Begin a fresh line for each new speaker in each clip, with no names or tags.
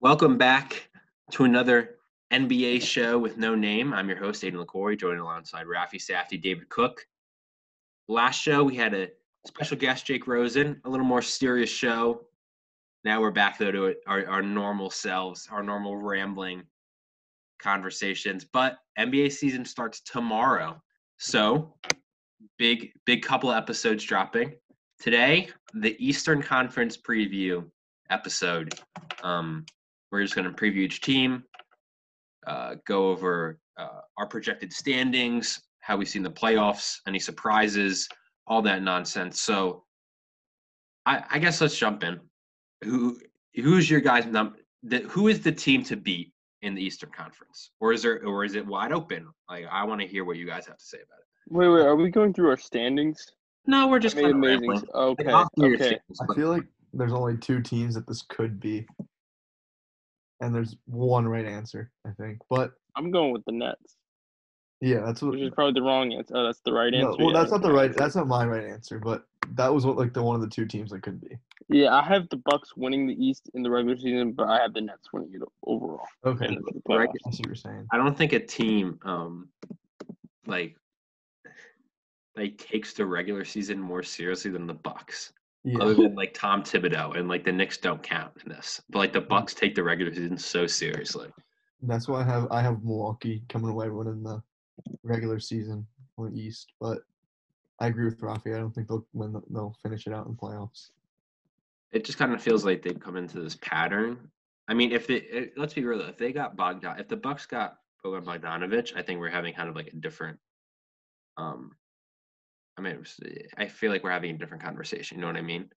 Welcome back to another NBA show with no name. I'm your host, Aiden LaCory, joined alongside Rafi Safty, David Cook. Last show, we had a special guest, Jake Rosen, a little more serious show. Now we're back, though, to our, our normal selves, our normal rambling conversations. But NBA season starts tomorrow. So, big, big couple episodes dropping. Today, the Eastern Conference preview episode. Um, we're just going to preview each team, uh, go over uh, our projected standings, how we've seen the playoffs, any surprises, all that nonsense. So, I, I guess let's jump in. Who who's your guys' number? The, who is the team to beat in the Eastern Conference, or is there or is it wide open? Like I want to hear what you guys have to say about it.
Wait, wait, are we going through our standings?
No, we're just
I mean,
kinda
amazing.
rambling. Like,
Okay,
I'll hear your
okay.
standings,
I
but-
feel like there's only two teams that this could be, and there's one right answer, I think. But
I'm going with the Nets,
yeah, that's what.
which is probably the wrong answer. Oh, that's the right
no,
answer.
well,
yeah,
that's not the
wrong
right.
answer.
That's not my right answer, but that was what, like the one of the two teams that could be.
Yeah, I have the Bucks winning the East in the regular season, but I have the Nets winning it overall.
Okay,
in the
Right.
playoffs.
I see what you're saying.
I don't think a team um like like takes the regular season more seriously than the Bucks.
Yeah,
Other than like Tom Thibodeau and like the Knicks don't count in this. But like the
Mm.
Bucks take the regular season so seriously.
that's why I have I have Milwaukee coming away winning the regular season on the East, but I agree with Rafi. I don't think they'll win. The, they'll finish it out in playoffs.
It just kind of feels like they've come into this pattern. I mean, if it, it let's be real, though, if they got Bogdan, if the Bucks got Boban Bogdanovich, I think we're having kind of like a different. Um, I mean, it was- eh, I feel like we're having a different conversation. You know what I mean?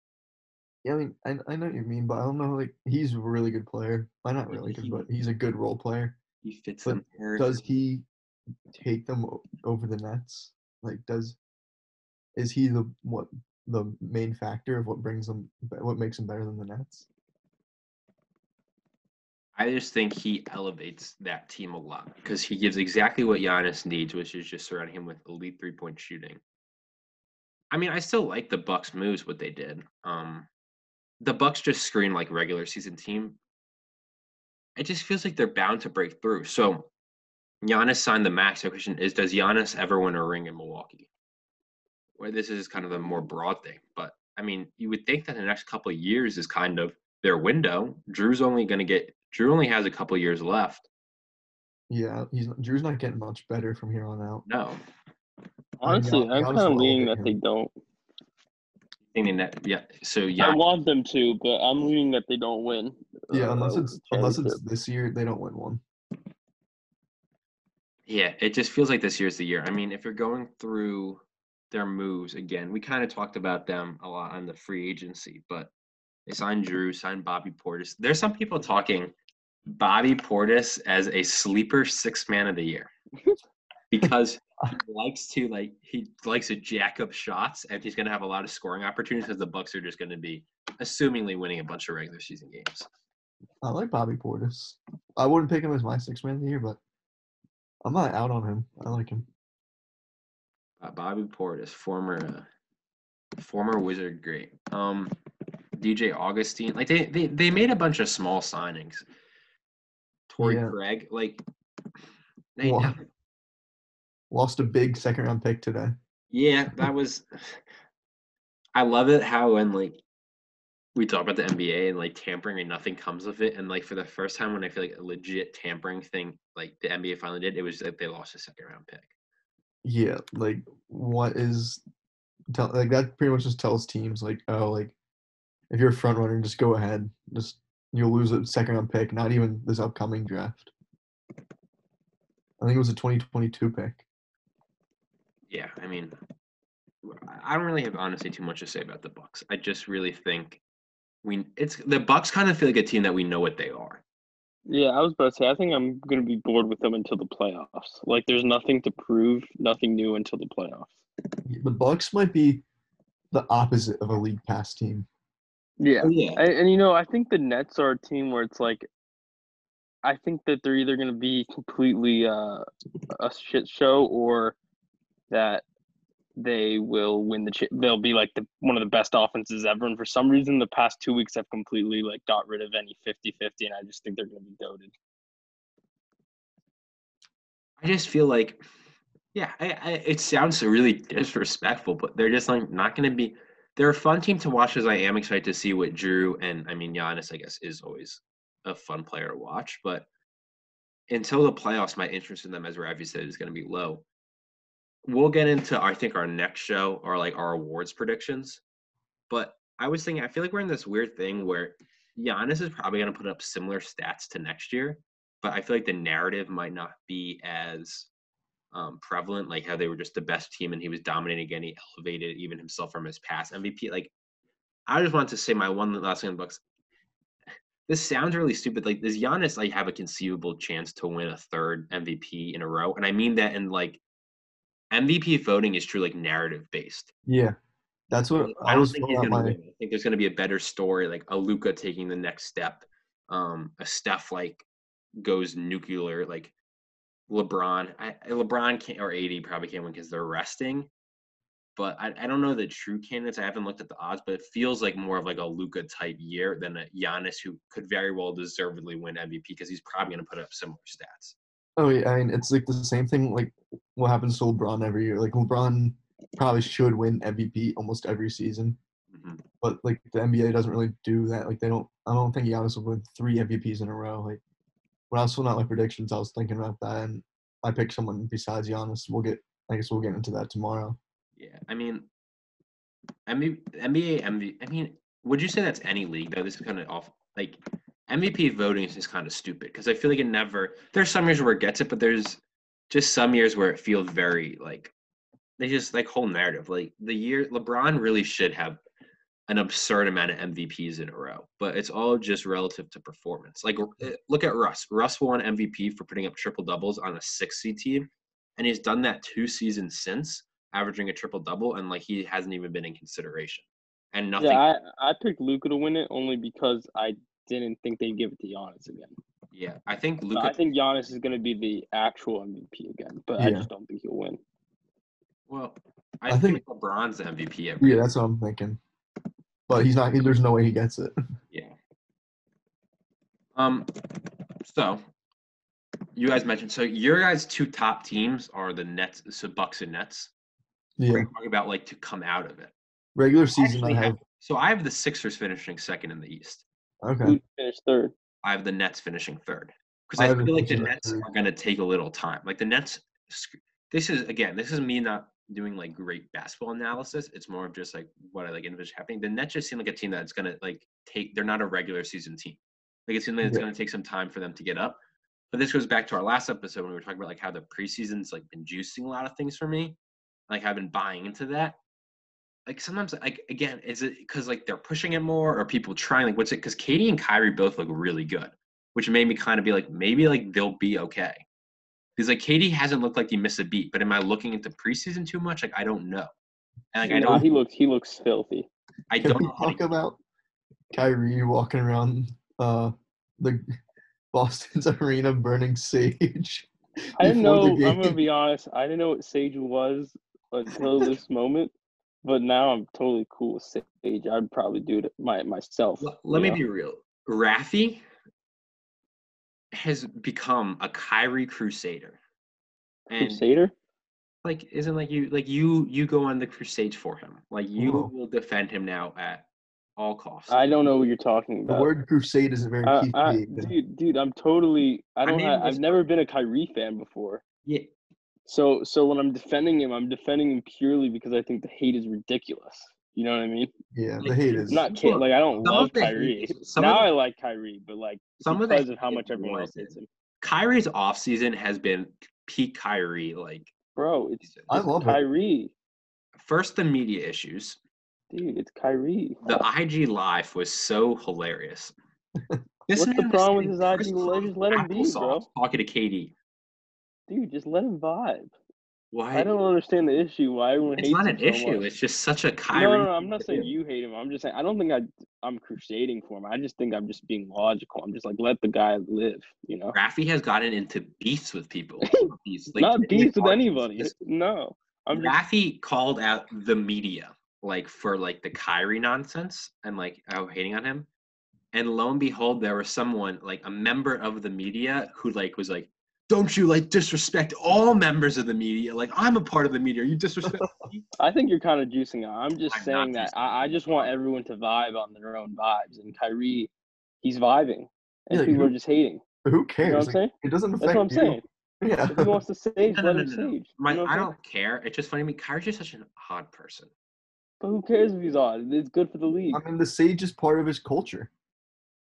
Yeah, I mean, I, I know what you mean, but I don't know. Like, he's a really good player. Why not really good, but he's a good role player.
He fits
But
them. there.
does he take them o- over the Nets? Like, does is he the what the main factor of what brings them, be- what makes them better than the Nets?
I just think he elevates that team a lot because he gives exactly what Giannis needs, which is just surrounding him with elite three point shooting. I mean, I still like the Bucks moves what they did. Um, the Bucks just screen like regular season team. It just feels like they're bound to break through. So Giannis signed the max. The question is, does Giannis ever win a ring in Milwaukee? Well, this is kind of a more broad thing, but I mean, you would think that the next couple of years is kind of their window. Drew's only going to get Drew only has a couple of years left.
Yeah, he's not, Drew's not getting much better from here on out.
No,
I mean,
Honestly,
Gian-
I'm
Giannis
kind of
will
leaning that
elevate
they
him.
don't.
I mean that yeah. So yeah,
I want them to, but I'm leaning that they don't win.
Yeah,
uh,
unless it's unless it's
championship.
this year, they don't win one.
yeah. It just feels like this year's the year. I mean, if you're going through their moves again, we kind of talked about them a lot on the free agency, but they signed Drew, signed Bobby Portis. There's some people talking Bobby Portis as a sleeper six man of the year because he likes to like he likes to jack up shots and he's going to have a lot of scoring opportunities because the Bucks are just going to be assumingly winning a bunch of regular season games.
I like Bobby Portis. I wouldn't pick him as my sixth man of the year, but I'm not out on him. I like him.
Uh, Bobby Portis, former uh, former Wizard great. Um, DJ Augustine, like they, they they made a bunch of small signings. Torrey
Yeah.
Craig, like they-
Wow. Lost a big second round pick today.
yeah, that was. I love it how when like we talk about the NBA and like tampering and nothing comes of it, and like for the first time when I feel like a legit tampering thing, like the NBA finally did, it was like they lost a second round pick.
Yeah, like what is tell like that pretty much just tells teams like, oh, like if you're a front runner, just go ahead. Just you'll lose a second round pick, not even this upcoming draft. I think it was a 2022 pick.
Yeah, I mean, I- I don't really have honestly too much to say about the Bucks. I just really think we it's the Bucks kind of feel like a team that we know what they are.
Yeah, I was about to say, I think I'm going to be bored with them until the playoffs. Like, there's nothing to prove, nothing new until the playoffs.
The Bucks might be the opposite of a league pass team.
Yeah.
yeah,
And, and you know, I think the Nets are a team where it's like, I think that they're either going to be completely uh, a shit show or that they will win the. Cha- they'll be like the one of the best offenses ever. And for some reason, the past two weeks have completely like got rid of any 50-50, and I just think they're going to be goaded.
I just feel like, yeah, I, I, it sounds really disrespectful, but they're just like not going to be. They're a fun team to watch as I am excited to see what Drew and I mean Giannis, I guess, is always a fun player to watch. But until the playoffs, my interest in them, as Ravi said, is going to be low. We'll get into I think our next show or like our awards predictions. But I was thinking, I feel like we're in this weird thing where Giannis is probably going to put up similar stats to next year but I feel like the narrative might not be as um, prevalent, like how they were just the best team and he was dominating again. He elevated even himself from his past MVP. Like, I just want to say my one last thing on Bucks. This sounds really stupid. Like, does Giannis like have a conceivable chance to win a third MVP in a row? And I mean that in like MVP voting is true, like narrative based.
Yeah, that's what
I don't
was
think
filling
he's
out
gonna
my-
win. I think there's gonna be a better story, like a Luca taking the next step, um, a Steph like goes nuclear, like LeBron. I, I- LeBron can't or AD probably can't win because they're resting. But I, I don't know the true candidates. I haven't looked at the odds, but it feels like more of like a Luca type year than a Giannis who could very well deservedly win MVP because he's probably gonna put up similar stats.
Oh yeah, I mean it's like the same thing like what happens to LeBron every year. Like LeBron probably should win MVP almost every season,
Mhm.
but like the NBA doesn't really do that. Like they don't. I don't think Giannis will win three MVPs in a row. Like when I was filling out my predictions, I was thinking about that, and I picked someone besides Giannis. We'll get. I guess we'll get into that tomorrow.
Yeah, I mean, MB NBA MVP. I mean, would you say that's any league though? This is kind of off. Like MVP voting is just kind of stupid because I feel like it never. There's some years where it gets it, but there's just some years where it feels very like they just like whole narrative. Like the year LeBron really should have an absurd amount of MVPs in a row, but it's all just relative to performance. Like uh, look at Russ. Russ won MVP for putting up triple doubles on a six seed team, and he's done that two seasons since averaging a triple double, and like he hasn't even been in consideration. And nothing.
Yeah, I, I picked Luca to win it only because I didn't think they'd give it to Giannis again.
yeah, I think
So
Luca.
I think Giannis is going to be the actual MVP again, but I
Yeah.
just don't think he'll win.
well, I,
I
think,
think-
LeBron's the MVP. Every,
Yeah, that's what I'm thinking. But he's not. There's no way he gets it.
yeah. Um. So, you guys mentioned so your guys' two top teams are the Nets, so Bucks and Nets.
Yeah,
We're talking about like to come out of it.
regular season. I
Actually,
have.
So I have the Sixers finishing second in the East.
Okay.
Who finished third?
I have the Nets finishing third because
I
I,
have the
feel like the
Sixers at
Nets
third.
are going to take a little time. Like the Nets, sc- this is again, this is me not doing like great basketball analysis. It's more of just like what I like envision happening. The Nets just seem like a team that's going to like take. They're not a regular season team. Like it seems like it's
Yeah.
going to take some time for them to get up. But this goes back to our last episode when we were talking about like how the preseason's like been juicing a lot of things for me. Like I've been buying into that. Like sometimes, like again, is it because like they're pushing it more, or people trying? Like, what's it? Because Katie and Kyrie both look really good which made me kind of be like, maybe like they'll be okay. Because like Katie hasn't looked like he missed a beat, but am I looking into preseason too much? Like I don't know. And like I
Nah,
don't,
he looks he looks filthy.
I
Can
don't.
we
know how to-
talk about Kyrie walking around uh, the Boston's arena burning sage?
I didn't know.
before the
I'm gonna
game?
be honest. I didn't know what Sage was until this moment, but now I'm totally cool with Sage. I'd probably do it my myself.
Let- Let me
you know?
be real. Rafi has become a Kyrie crusader, and
Crusader.
like isn't like you like you you go on the crusades for him. Like you
Whoa.
will defend him now at all costs.
Mm-hmm. I don't know what you're talking
The
about.
word crusade is a very
Uh,
key
uh,
thing.
dude, dude, I'm totally. I don't.
mean,
ha- I've
this-
never been a Kyrie fan before.
yeah,
So, so when I'm defending him, I'm defending him purely because I think the hate is ridiculous. You know what I mean?
Yeah, the
like,
hate
dude,
is.
I'm not kidding.
Look,
Like I don't
some
love
of the hate
Kyrie.
is- some of
Now
the-
I like Kyrie, but like
some of the
because of how
hate
much
is
everyone else
warranted.
hates him.
Kyrie's offseason has been peak Kyrie. Like
Bro, it's
I love it.
Kyrie,
first the media issues.
dude. It's Kyrie.
The IG live was so hilarious. This
What's the
man was
problem with
sitting
his IG
crisscross
live? Just let him be,
applesauce
bro.
Talking to Katie.
Dude, just let him vibe.
Why?
I don't understand the issue. Why everyone
it's
hates
not
him
an
so
issue.
much.
It's just such a Kyrie.
No, no, no, I'm
thing
not
to
saying
do.
you hate him. I'm just saying I don't think I I'm crusading for him. I just think I'm just being logical. I'm just like let the guy live, you know.
Rafi has gotten into beefs with people. Beefs, like,
Not
in the
beefs with
audience.
anybody.
This-
No. I'm just,
Rafi called out the media like for like the Kyrie nonsense and like oh hating on him. And lo and behold, there was someone like a member of the media who like was like, "Don't you like disrespect all members of the media? Like I'm a part of the media. Are you disrespect?" me?"
I think you're kind of juicing it. I'm just
I'm
saying
not
that I, I just want everyone to vibe on their own vibes. And Kyrie, he's vibing, and
Yeah,
people
you-
are just hating.
But who
You know what
cares?
I'm
Like,
saying?
it doesn't affect
That's what I'm
you.
saying.
Yeah.
If he wants to stage,
No, no,
let
no,
him
no, no.
stage.
My,
you know what
I
I'm saying?
don't care. It's just funny to me. Kyrie's just such an odd person.
But who cares if he's on? It's good for the league.
I mean, the sage is part of his culture.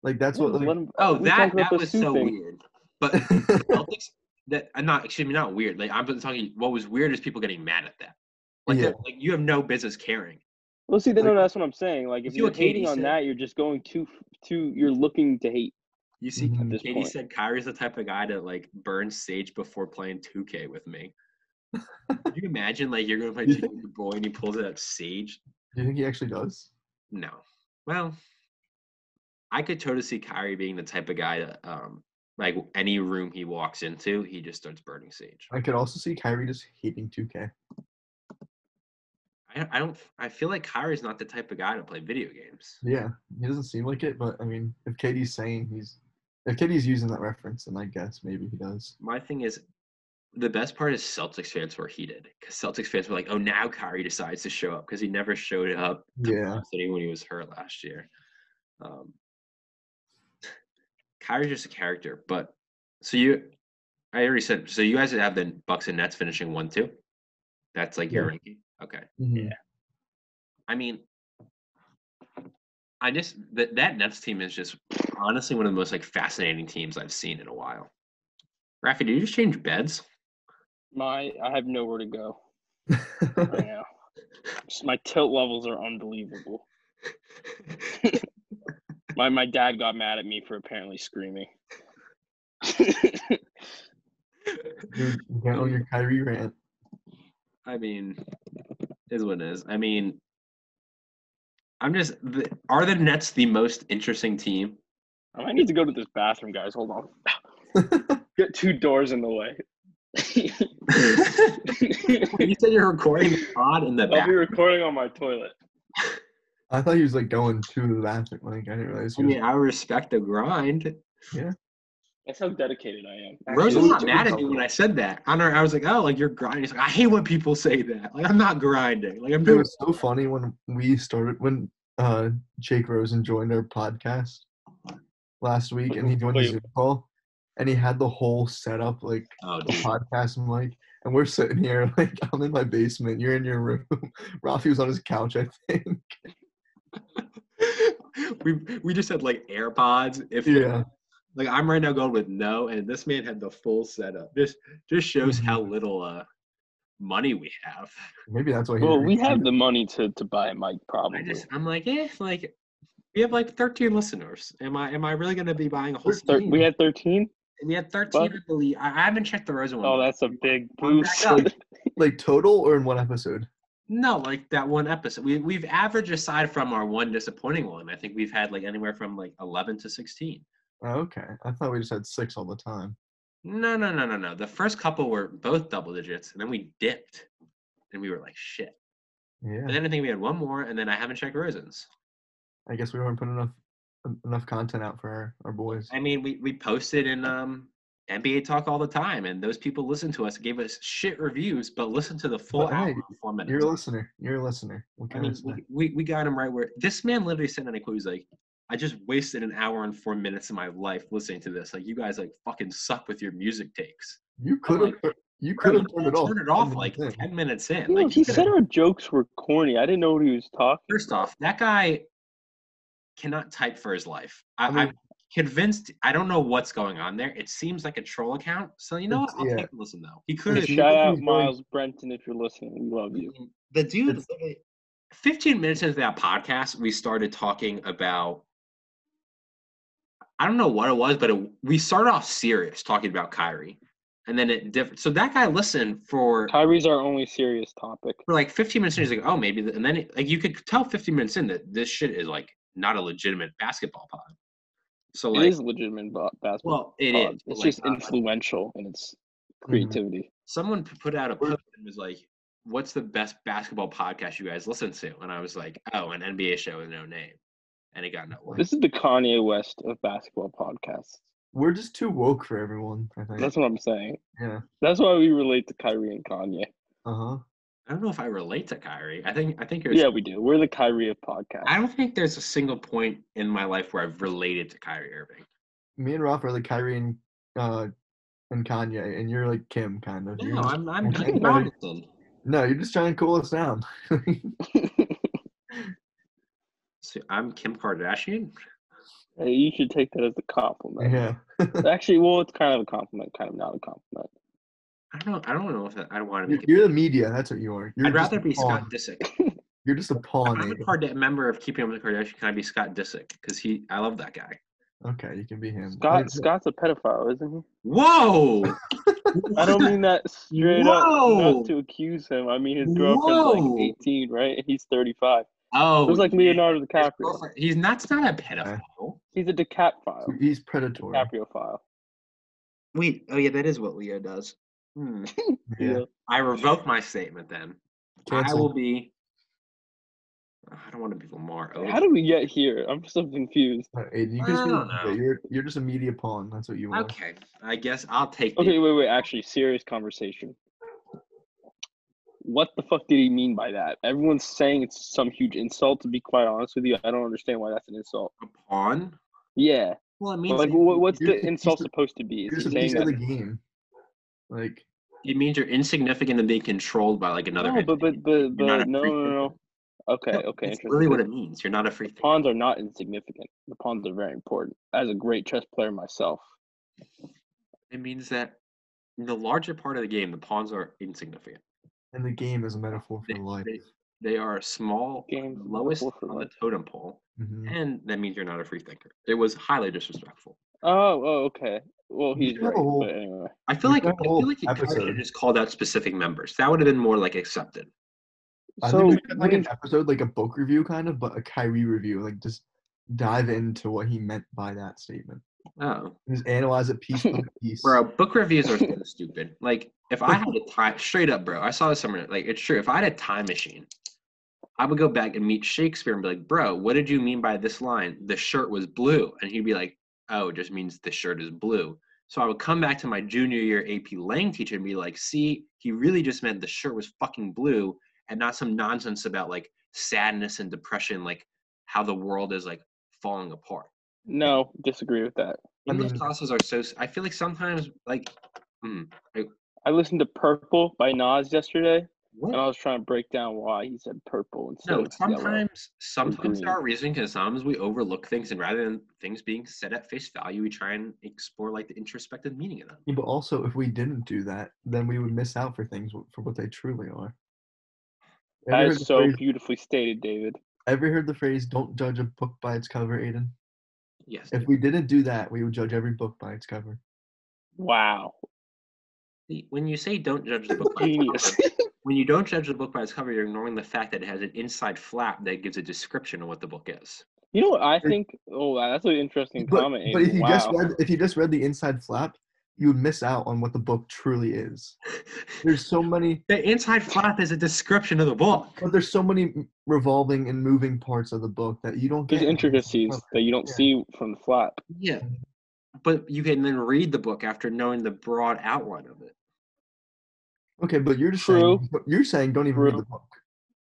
Like that's what.
Let
Like,
him-
Oh,
we
that
talked about
that
the
was
Sue
so
thing.
weird. But Celtics, that I'm not excuse me, not weird. Like I'm just talking. What was weird is people getting mad at that. Like,
Yeah.
that- like you have no business caring.
Well, see, then
Like-
no, that's what I'm saying. Like, if
See what
you're hating
KD
on
said?
that, you're just going too, too. You're looking to hate.
You see,
Mhm. At
this
Katie
point.
said Kyrie's the type of guy to like burn sage before playing 2K with me. Could you imagine like you're gonna play
You
2K with your boy and he pulls out sage?
do you think he actually does?
No. Well, I could totally see Kyrie being the type of guy to um like any room he walks into, he just starts burning sage.
I could also see Kyrie just hating 2K.
I, I don't. I feel like Kyrie's not the type of guy to play video games.
Yeah, he doesn't seem like it, but I mean, if KD's saying he's, if KD's using that reference, then I guess maybe he does.
My thing is, the best part is Celtics fans were heated because Celtics fans were like, "Oh, now Kyrie decides to show up because he never showed up to
Yeah.
Oklahoma City when he was hurt last year." Um, Kyrie's just a character, but so you, I already said. So you guys have the Bucks and Nets finishing one two. That's like your
Yeah.
ranking. Okay.
Mhm.
I mean, I just that that Nets team is just honestly one of the most like fascinating teams I've seen in a while. Rafi, did you just change beds?
My, I have nowhere to go right now. Just my tilt levels are unbelievable. My my dad got mad at me for apparently screaming.
Dude, you can't own your Kyrie rant.
I mean, is what it is. I mean, I'm just the, are the Nets the most interesting team?
I might need to go to this bathroom, guys. Hold on. Got two doors in the way.
you said you're recording the pod in the
I'll
back.
be recording on my toilet.
I thought he was like going to the bathroom. Like I didn't realize
I
he was.
mean, I respect the grind.
That's how dedicated I am.
Rose was
Actually,
not
Jimmy
mad at me
Butler-
when I said that. On her, I was like, "Oh, like you're grinding." She's like, "I hate when people say that. Like I'm not grinding. Like I'm
It
doing."
was so funny when we started when uh Jake Rosen joined our podcast last week, and he joined the
Wait.
Zoom call, and he had the whole setup like
Oh,
the
dude.
podcast mic, and we're sitting here like I'm in my basement, you're in your room. Rafi was on his couch, I think.
we we just had like AirPods. If
Yeah,
like I'm right now going with no, and this man had the full setup. Just just shows how little uh money we have.
maybe that's why. he
Well,
didn't
we
reach
have
out.
the money to, to buy a mic,
I
probably.
just I'm like, eh, like we have like 13 listeners. Am I am I really gonna be buying a whole?
Thir-
Thir-
season?
we had 13?
we had 13, I believe. I, I haven't checked the Rosen one.
Oh,
yet.
that's a big
I'm
boost.
back up.
like total or in one episode.
No, like that one episode. We we've averaged aside from our one disappointing one. I think we've had like anywhere from like eleven to sixteen.
Oh, okay, I thought we just had six all the time.
No, no, no, no, no. The first couple were both double digits, and then we dipped, and we were like shit. And
Yeah,
then I think we had one more, and then I haven't checked Rosen's.
I guess we weren't putting enough enough content out for our, our boys.
I mean, we we posted in um NBA Talk all the time, and those people listened to us, gave us shit reviews, but listened to the full
But,
hour,
hey,
and four minutes.
You're a listener. You're a listener. What
I
can I,
mean,
say?
we, we got him right where this man literally sent out a quote. He's like, I just wasted an hour and four minutes of my life listening to this. Like, you guys like fucking suck with your music takes.
You could have.
like,
you
Bro,
could
you
have turned it off.
Turn it off
and
like
then-
10 minutes in.
You know,
Like,
he
you could've-
said our jokes were corny. I didn't know what he was talking.
first off, that guy cannot type for his life. I,
I
I
mean-
am convinced, I don't know what's going on there. It seems like a troll account. So, you know what?
It's-
I'll
yeah.
take a listen, though. He could
Shout
have.
you think
out
he's going-
Miles Brenton if you're listening. We love you.
Mm, The dude, literally- 15 minutes into that podcast, we started talking about, I don't know what it was, but it, we started off serious talking about Kyrie. And then it different. So that guy listened for,
Kyrie's our only serious topic.
for like 15 minutes and he's like, oh, maybe. th- And then it, like you could tell 15 minutes in that this shit is like not a legitimate basketball pod. So like,
it is legitimate ba- basketball.
well, it
pod.
is. but,
It's
like,
just
not Mm-hmm. like-
influential in its creativity.
someone p- put out a post and was like, what's the best basketball podcast you guys listen to? And I was like, oh, an NBA show with no name. And it got no one.
This is the Kanye West of basketball podcasts.
We're just too woke for everyone. I think.
That's what I'm saying.
yeah.
That's why we relate to Kyrie and Kanye.
Uh huh.
I don't know if I relate to Kyrie. I think I think there's
Yeah, we do. We're the Kyrie of podcasts.
I don't think there's a single point in my life where I've related to Kyrie Irving.
Me and Roth are like Kyrie and uh and Kanye, and you're like Kim, kind of. You're
No,
just-
I'm I'm
I
Keith
think Kyrie-
Robinson.
no, you're just trying to cool us down.
So I'm Kim Kardashian.
Hey, you should take that as a compliment.
yeah.
Actually, well, it's kind of a compliment, kind of not a compliment.
I don't know. I don't know if that, I don't want to
You're,
make. It,
you're the media. That's what you are. You're
I'd
just
rather
a
be Scott
pawn.
Disick.
You're just a
If
pawn.
I'm a
Aiden.
Karda- member of Keeping Up with the Kardashians. Can I be Scott Disick? Because he, I love that guy.
Okay, you can be him.
Scott,
Wait,
Scott's a pedophile, isn't he?
Whoa!
I don't mean that straight up
Whoa!
not to accuse him. I mean his girlfriend's
Whoa!
like 18, right? And he's 35.
Oh,
It was like
yeah.
Leonardo
His
DiCaprio.
girlfriend- He's not. It's not a pedophile.
He's a DiCaprio.
He's predatory.
DiCaprio file.
Wait. Oh yeah, that is what Leo does. Hmm.
Yeah.
I revoke my statement then. I
Cancel.
will be. I don't want to be Lamar.
How
Odom.
do we get here? I'm so confused.
Uh, Aiden, you
I
can just be
don't
media.
know.
You're you're just a media pawn. That's what you are.
Okay, I guess I'll take. the-
Okay, wait, wait. Actually, serious conversation. What the fuck did he mean by that? Everyone's saying it's some huge insult. To be quite honest with you, I don't understand why that's an insult.
a pawn.
Yeah,
Well, it means
like
that
wha- what's
you're-
the insult supposed to be?
You're
Is
just a
he saying
piece of the
that?
game. Like
it means you're insignificant and being controlled by like another.
No, but
entity.
but but,
You're not
but
a
no,
free
no, no.
thinker.
Okay,
No,
okay.
That's
interesting.
really what it means. You're not a free
The
thinker.
pawns are not insignificant. The pawns are very important. As a great chess player myself,
It means that in the larger part of the game, the pawns are insignificant.
and the game is a metaphor
They,
for life.
they, they are small,
Game's a
lowest
metaphor for
on the
life.
totem pole,
hmm
and that means you're not a free thinker. It was highly disrespectful.
Oh, oh, okay. Well,
You
he's
have a
right.
whole-
But anyway,
I feel
We
like I
got a whole
feel like you
episode.
should have just called out specific members. That would have been more like accepted.
I
so
think we should, like
what
an
is-
episode, like a book review, kind of, but a Kyrie review. Like just dive into what he meant by that statement.
Oh,
Just analyze it piece by piece.
bro, book reviews are so stupid. Like if I had a time, straight up, bro, I saw this somewhere. Like it's true. If I had a time machine, I would go back and meet Shakespeare and be like, bro, what did you mean by this line? The shirt was blue, and he'd be like, oh, it just means the shirt is blue. So I would come back to my junior year AP Lang teacher and be like, see, he really just meant the shirt was fucking blue, and not some nonsense about like sadness and depression, like how the world is like falling apart.
no, disagree with that.
I
English
mean-
classes are so. s- I feel like sometimes, like, hmm,
I listened to Purple by Nas yesterday, and
what?
I was trying to break down why he said purple instead
No,
of yellow.
sometimes, sometimes there
green.
are reasons, and sometimes we overlook things, and rather than things being said at face value, we try and explore like the introspective meaning of them.
Yeah, but also, if we didn't do that, then we would miss out for things wh- for what they truly are.
That
Ever heard,
is
the
so
phrase,
beautifully stated, David.
ever heard the phrase "Don't judge a book by its cover," Aiden?
Yes,
If we didn't do that, we would judge every book by its cover.
Wow,
the- when you say don't judge the book by its
genius.
cover, when you don't judge the book by its cover, you're ignoring the fact that it has an inside flap that gives a description of what the book is.
you know what I think? Oh, wow, that's an interesting
But,
comment.
but
Aiden.
if you
wow.
just read if you just read the inside flap, you would miss out on what the book truly is. There's so many,
the inside flap is a description of the book.
but there's so many m- revolving and moving parts of the book that you don't
There's
get. in the inside
intricacies
flap.
that you don't
Yeah.
see from the flap.
Yeah, but you can then read the book after knowing the broad outline of it.
Okay, but you're just
True.
saying but you're saying don't even read
True.
the book.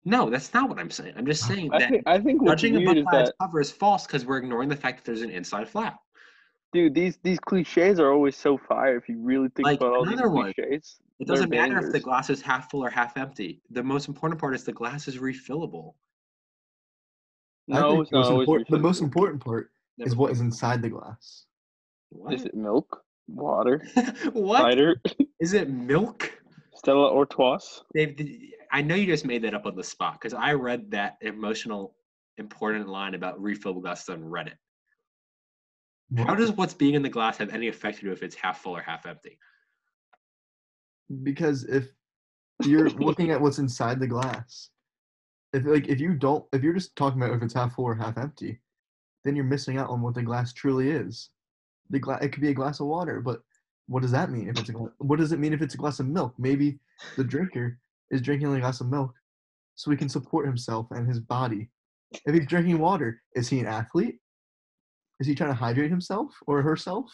No, that's not what I'm saying. I'm just saying
I
that
think I think what's
judging a
weird
book
is
by its
that
cover is false because we're ignoring the fact that there's an inside flap.
dude, these these cliches are always so fire if you really think
Like,
about all these
another one.
cliches.
It
They're
doesn't matter if the
bangers.
glass is half full or half empty. The most important part is the glass is refillable.
I
No,
think
it's
the
not
most
always
important- the most
refillable.
important part
Never-
is what is inside the glass.
What?
Is it milk, water,
what?
cider,
Is it milk?
Stella Artois?
Dave, did- I know you just made that up on the spot because I read that emotional, important line about refillable glass on Reddit. How
What-
does what's being in the glass have any effect to do if it's half full or half empty?
because if you're looking at what's inside the glass, if like if you don't if you're just talking about if it's half full or half empty, then you're missing out on what the glass truly is. The glass it could be a glass of water, but what does that mean if it's a gla- what does it mean if it's a glass of milk? Maybe the drinker is drinking a glass of milk so he can support himself and his body. If he's drinking water, is he an athlete? Is he trying to hydrate himself or herself?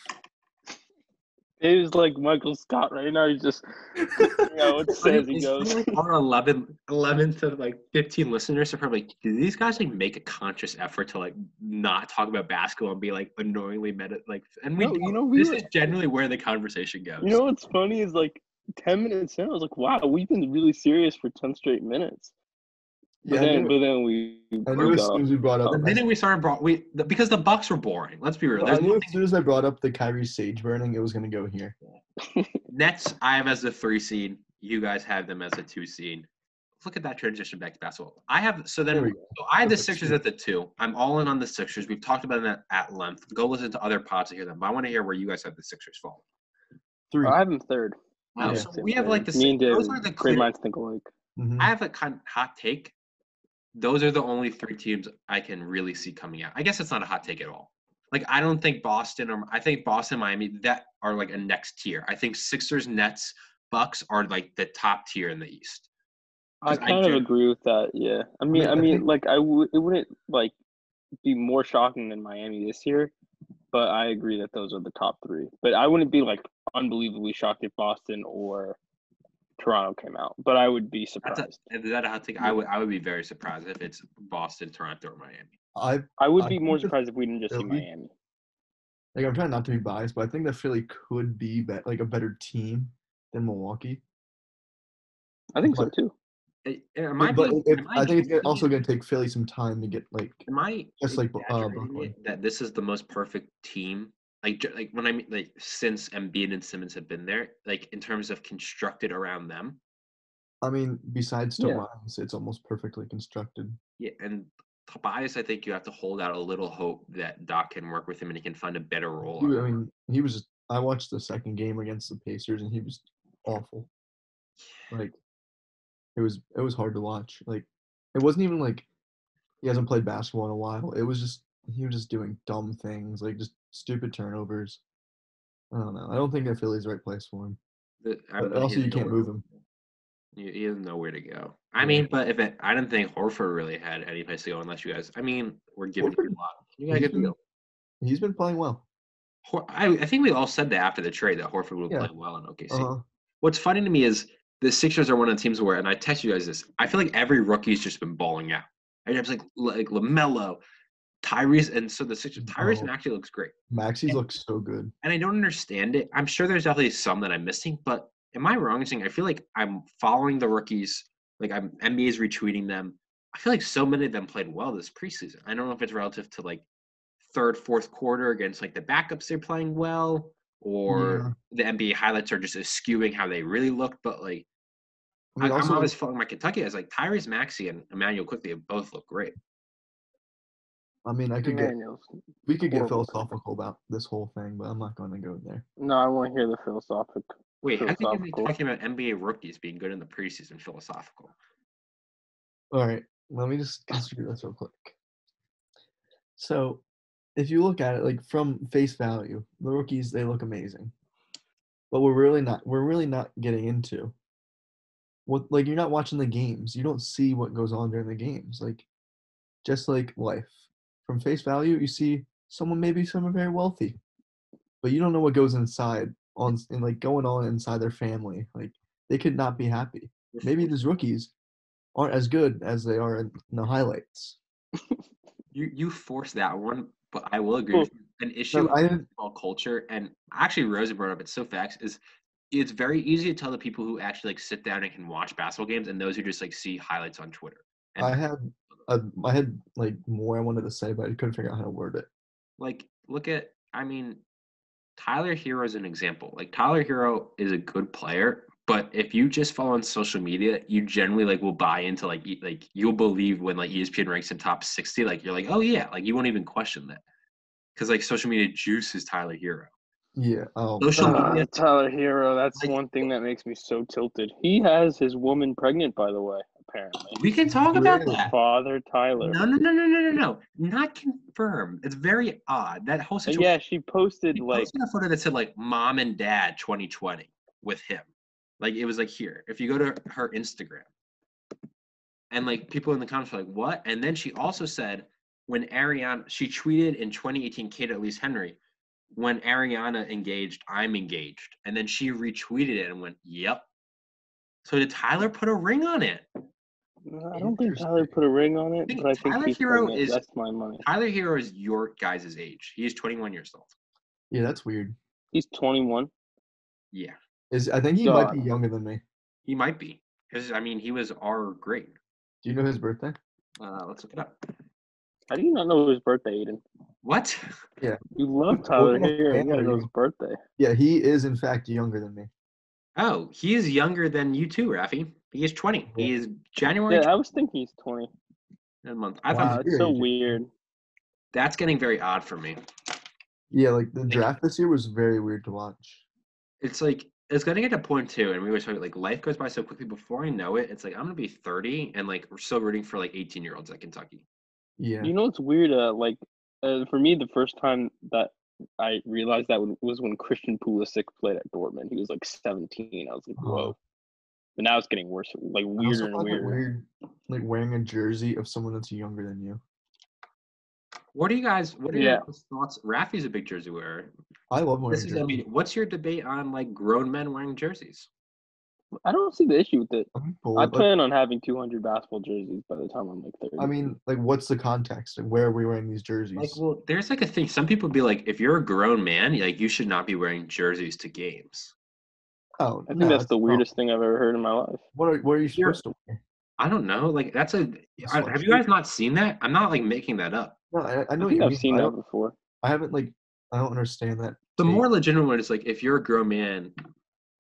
He's like Michael Scott right now. He's just, you know, it says he
Is-
goes.
Our 11, 11 to like 15 listeners are probably like, do these guys like make a conscious effort to like not talk about basketball and be like annoyingly meta? Like, and we,
No,
don't.
you know, we
this
were-
is generally where the conversation goes.
You know what's funny is like ten minutes in, I was like, wow, we've been really serious for ten straight minutes. But
Yeah, I
then,
knew it.
but then we
I knew
broke
as soon
off. oh,
as we brought up.
the minute we started, brought, we the, because the Bucks were boring. Let's be real.
I
There's
knew
nothing
as soon as I brought up the Kyrie sage burning, it was gonna go here.
Nets, I have as a three seed. You guys have them as a two seed. Look at that transition back to basketball. I have so
There we
then
go.
so I had the
Perfect.
Sixers at the two. I'm all in on the Sixers. We've talked about that at length. Go listen to other pods to hear them. But I want to hear where you guys have the Sixers fall.
Three.
I have him third.
Wow,
Yeah.
so we have like the
Me and
same-
David,
those are the
great
clear-
minds think alike.
Mhm.
I have a kind of hot take. Those are the only three teams I can really see coming out. I guess it's not a hot take at all. Like I don't think Boston or I think Boston, Miami, that are like a next tier. I think Sixers, Nets, Bucks are like the top tier in the East.
I
'Cause I
kind of
do.
agree with that. Yeah, I mean,
mean,
I
I
mean,
think-
like, I w- it wouldn't like be more shocking than Miami this year, but I agree that those are the top three. But I wouldn't be like unbelievably shocked if Boston or Toronto came out, but I would be
That's a,
surprised.
is that a hot take? I would I would be very surprised if it's Boston, Toronto, or Miami.
I
I would
I
be more
think that
surprised if we didn't just see
Philly-
Miami.
like I'm trying not to be biased, but I think that Philly could be, be- like a better team than Milwaukee.
I think so
But-
too.
Eh, Am I,
But
being-
if-
am
I think it's gonna-
being-
also going to take Philly some time to get like.
am I
Just like, uh,
exaggerating
Brooklyn.
it that this is the most perfect team? Like, ju- like when I mean, like since Embiid and Simmons have been there, like in terms of constructed around them,
I mean, besides
Yeah.
Tobias, it's almost perfectly constructed.
yeah. And Tobias, I think you have to hold out a little hope that Doc can work with him and he can find a better role.
He- I
on him.
mean, he was. I watched the second game against the Pacers, and he was awful. Like, it was it was hard to watch. Like, it wasn't even like he hasn't played basketball in a while. It was just he was just doing dumb things, like just stupid turnovers. I don't know. I don't think that Philly's the right place for him.
The- I
uh, But
mean, he
also,
doesn't
you
know
can't
where-
move him.
He he doesn't know where to go. I
Yeah.
mean, but if it, I didn't think Horford really had any place to go unless you guys. I mean, we're giving you
Horford- Mm-hmm.
a lot. You gotta get
he's
the.
He's been playing well.
Hor- I, I think we all said that after the trade that Horford would
Yeah.
play well in OKC.
Uh,
What's funny to me is the Sixers are one of the teams where, and I text you guys this. I feel like every rookie's just been balling out. And it's like like Lamelo, Tyrese, and so the Sixers. Tyrese
No.
actually looks great,
Maxie's looks so good.
and I don't understand it. I'm sure there's definitely some that I'm missing, but am I wrong in saying I feel like I'm following the rookies? Like I'm NBA's retweeting them. I feel like so many of them played well this preseason. I don't know if it's relative to like third, fourth quarter against like the backups they're playing well, or the NBA highlights are just skewing how they really looked. But like I
I mean,
I'm
also,
always following my Kentucky as like Tyrese Maxey and Emmanuel quickly have both look great.
I mean, I could get
Daniels.
we could get
horrible.
philosophical about this whole thing, but I'm not going to go there.
No, I want to hear the philosophic.
Wait, I think you're
Philosophical.
talking about NBA rookies being good in the preseason philosophical.
All right, let me just consider this real quick. So, if you look at it like from face value, the rookies they look amazing, but we're really not we're really not getting into what like you're not watching the games. You don't see what goes on during the games. Like just like life, from face value you see someone maybe someone very wealthy, but you don't know what goes inside on and like going on inside their family. Like they could not be happy. Maybe these rookies aren't as good as they are in the highlights.
You you force that one, but I will agree.
Cool.
With you. An issue
No, I
of
didn't-
football culture, and actually Rosa brought up it's so facts is it's very easy to tell the people who actually like sit down and can watch basketball games and those who just like see highlights on Twitter. And
I had a, I had like more I wanted to say, but I couldn't figure out how to word it.
like look at I mean Tyler Hero is an example. Like Tyler Hero is a good player, but if you just follow on social media, you generally like will buy into like e- like you'll believe when like E ESPN ranks in top 60, like you're like, "Oh yeah, like you won't even question that." Cuz like social media juices Tyler Hero.
Yeah. Oh,
Social
uh,
media-
Uh, Tyler Hero. That's
Like-
one thing that makes me so tilted. He has his woman pregnant, by the way. Apparently,
We can talk about
Really?
that.
father Tyler.
No, no, no, no, no, no, no. Not confirmed. It's very odd. That whole
And
situation.
yeah, she posted
He
like
posted a photo that said like mom and dad 2020 with him. Like it was like here. If you go to her Instagram, and like people in the comments were like, "What?" And then she also said, when Ariana, she tweeted in 2018, Kate at least Henry, when Ariana engaged, I'm engaged, and then she retweeted it and went, "Yep." So did Tyler put a ring on it?
No, I don't think Tyler put a ring on it,
I think
but I think
Tyler
he's
Hero
putting it.
is-
that's my money.
Tyler Hero is your guys' age. He is 21 years old.
Yeah, that's weird.
He's 21.
Yeah,
Is I think he might be younger than me.
he might be because I mean he was our grade.
Do you know his birthday?
Uh, let's look it up.
How do you not know his birthday, Aiden?
What?
You love Tyler
Oklahoma
Hero. You gotta
fan
know
are
his
you?
birthday.
Yeah, he is in fact younger than me.
Oh, he is younger than you too, Rafi. He is 20. He is January
Yeah, I was thinking he's 20.
20th month. I
Wow.
thought
Wow, it's so
Agreed.
weird.
that's getting very odd for me.
Yeah, like the draft this year was very weird to watch.
It's like it's gonna get to point two, and we always talk like life goes by so quickly. Before I know it, it's like I'm gonna be 30, and like we're still rooting for like 18 year olds at Kentucky.
Yeah.
You know what's weird? Uh, like, uh, for me, the first time that I realized that w- was when Christian Pulisic played at Dortmund. He was like 17. I was like,
Uh-huh.
whoa. But now it's getting worse, like
I also
weirder and
find it
weirder.
weird, like wearing a jersey of someone that's younger than you.
What are you guys? What are
Yeah.
your guys' thoughts? Rafi's a big jersey wearer.
I love wearing
This
a
is,
jerseys.
I mean, what's your debate on like grown men wearing jerseys?
I don't see the issue with it.
I'm
I
bold. Like,
plan on having 200 basketball jerseys by the time I'm like 30.
I mean, like, what's the context? Like, where are we wearing these jerseys?
Like, well, there's like a thing. Some people be like, if you're a grown man, like you should not be wearing jerseys to games.
oh,
I think
no,
that's the
wrong.
weirdest thing I've ever heard in my life.
What are What are you
You're-
supposed to wear?
I don't know. Like that's a.
That's
I,
what
have
I
you guys not seen that? I'm not like making that up.
No, I, I
I
know what you
think I've
mean,
seen
but I
that
don't-
before.
I haven't like. I don't understand that.
The
take.
more legitimate one is like if you're a grown man